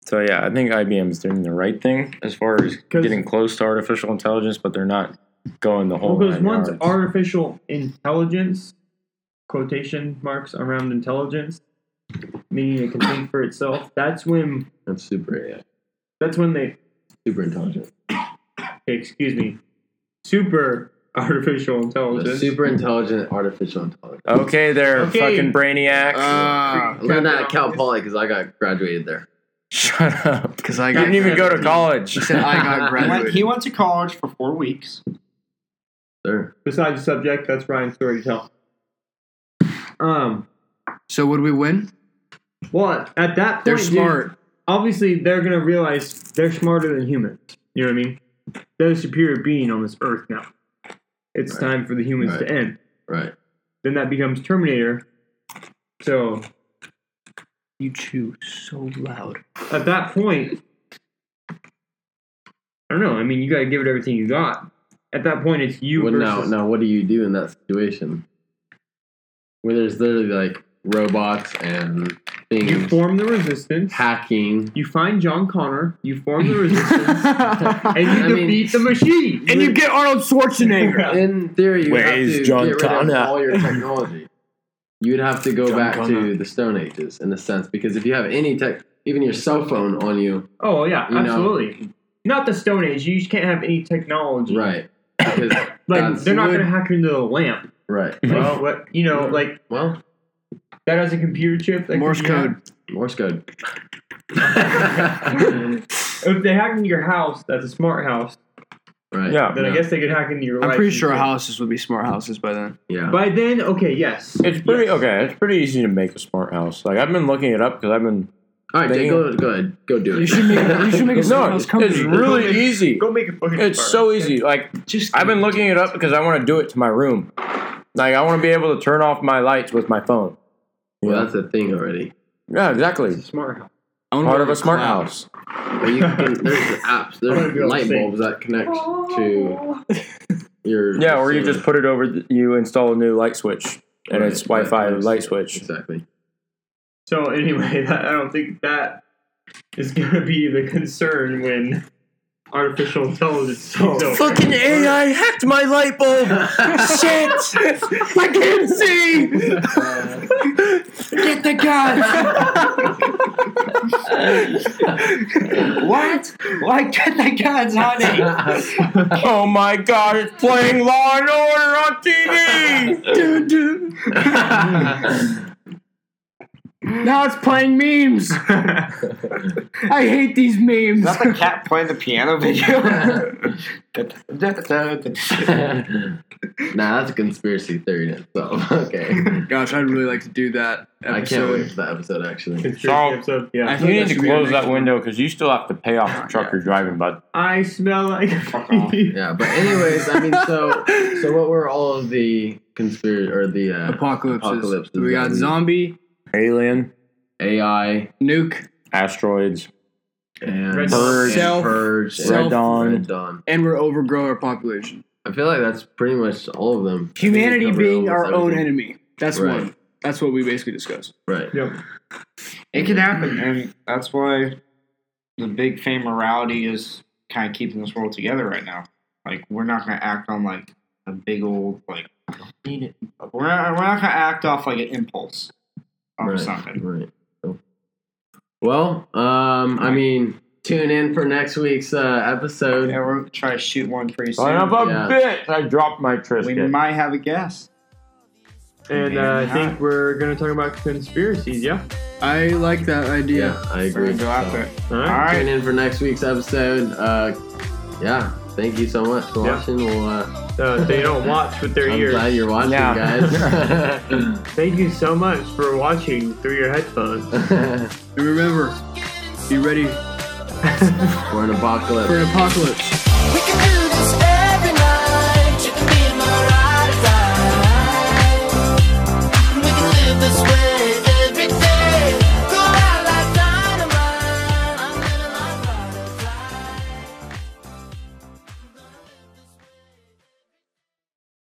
So yeah, I think IBM's doing the right thing as far as
'Cause-
getting close to artificial intelligence, but they're not going the
Oh
whole.
Well, because
nine
once
yards.
artificial intelligence, quotation marks around intelligence, meaning it can think for itself, that's when
That's super AI.
that's when they
Super intelligent.
excuse me, super artificial
The
intelligence.
super intelligent artificial intelligence.
okay, there,
Okay.
fucking brainiacs.
Ah,
Learn that at Cal Poly because I got graduated there.
Shut up!
because I
You
got
didn't even go to
graduated.
college.
He said I got
He went,
graduated.
he went to college for four weeks.
Sure.
Besides the subject, that's Ryan's story to tell. Um.
so would we win?
Well, at that point,
They're
dude,
smart.
obviously they're gonna realize they're smarter than humans. You know what I mean? They're the superior being on this earth now. It's
Right.
time for the humans
Right.
to end.
Right.
Then that becomes Terminator. So
You chew so loud.
at that point, I don't know. I mean, you gotta give it everything you got. At that point, it's you
Well, now,
versus.
now, what do you do in that situation? Where there's literally like robots and things
You form the resistance.
hacking.
You find John Connor. You form the resistance, and you
I mean-
defeat the machine.
and you get Arnold Schwarzenegger.
In theory, you
Where
have
is
to
John
get rid
Connor?
of all your technology. you would have to go
John
back
Connor.
to the Stone Ages in a sense because if you have any tech, even your cell phone on you,
Oh yeah,
You know.
absolutely. Not the Stone Age. You just can't have any technology.
right? Because
Like
that's-
they're not
wood.
going to hack into the lamp.
right.
Like,
Well,
what you know, like
well,
that has a computer chip. That
Morse
could be hacked.
code.
Morse code.
If they hack into your house, that's a smart house.
Right.
Yeah.
Then I guess they could hack into your.
I'm
life
pretty
and
sure
shit.
houses would be smart houses by then.
Yeah.
By then, okay, yes.
It's pretty okay. It's pretty easy to make a smart house. Like I've been looking it up because I've been.
All right,
They-
Jake, go, go ahead. Go do it.
You should make you should make a smart
No,
house
it's
company.
really easy.
Go make a fucking.
It's
fire.
so easy. Like
Just
I've been looking it up because I want to do it to my room. Like I want to be able to turn off my lights with my phone.
well, that's a thing already.
Yeah, exactly.
smart house.
I wanna
Part
be
of a smart
clown.
house.
But you can, there's apps.
I'm gonna
There's
be on
light
sync.
bulbs that connect to your.
Yeah, or you
solar.
just put it over. th- You install a new light switch, and
Right,
it's
right,
Wi-Fi
right.
light switch.
Exactly.
So anyway, that, I don't think that is going to be the concern when artificial intelligence takes over.
AI hacked my light bulb. Shit! I can't see.
Get the guy.
what? Why cut the guns, honey?
Oh my god! It's playing Law and Order on TV.
Dude, dude. Now it's playing memes. I hate these memes.
Not the cat playing the piano video.
nah, that's a conspiracy theory in itself. Okay.
Gosh, I'd really like to do that. Episode.
I can't wait for that episode, actually.
It's your
So-
episode, yeah.
I
You
think
need
that
to
should be our
close
next
that
one.
window because you still have to pay off the truck you're driving, bud.
I smell like.
off.
Yeah, but anyways, I mean, so so what were all of the conspiracy or the uh,
Apocalypses.
Apocalypses
We got
that we-
zombie,
Alien,
AI
nuke,
asteroids.
and
Red
Dawn.
and
Self-
purge, and
Red Dawn.
Red Dawn?
and we're overgrow our population.
I feel like that's pretty much all of them. I think we
Humanity
covered
being our
almost
own
everything.
enemy. That's
Right.
one. That's what we basically discussed.
Right.
Yep.
It can happen, and that's why the big fame morality is kind of keeping this world together right now. Like we're not gonna act on like a big old like need it. We're not, we're not gonna act off like an impulse or
right.
something.
Right. So- Well, um, I mean, tune in for next week's uh, episode.
Yeah, we're gonna try to shoot one pretty soon.
Son of a
Yeah.
bitch! I dropped my
we
Trisket.
might have a guest.
And uh, I think we're going to talk about conspiracies, yeah?
I like that idea.
Yeah, I
We're
agree.
gonna go after
So,
it.
All
All
right.
Tune
right.
in for next week's episode. Uh, yeah, thank you so much for
Yeah.
watching. We'll, uh,
Uh, they don't watch with their
I'm
ears.
glad you're watching,
Yeah.
guys.
Thank you so much for watching through your headphones.
And remember, be ready
We're an apocalypse.
for an apocalypse.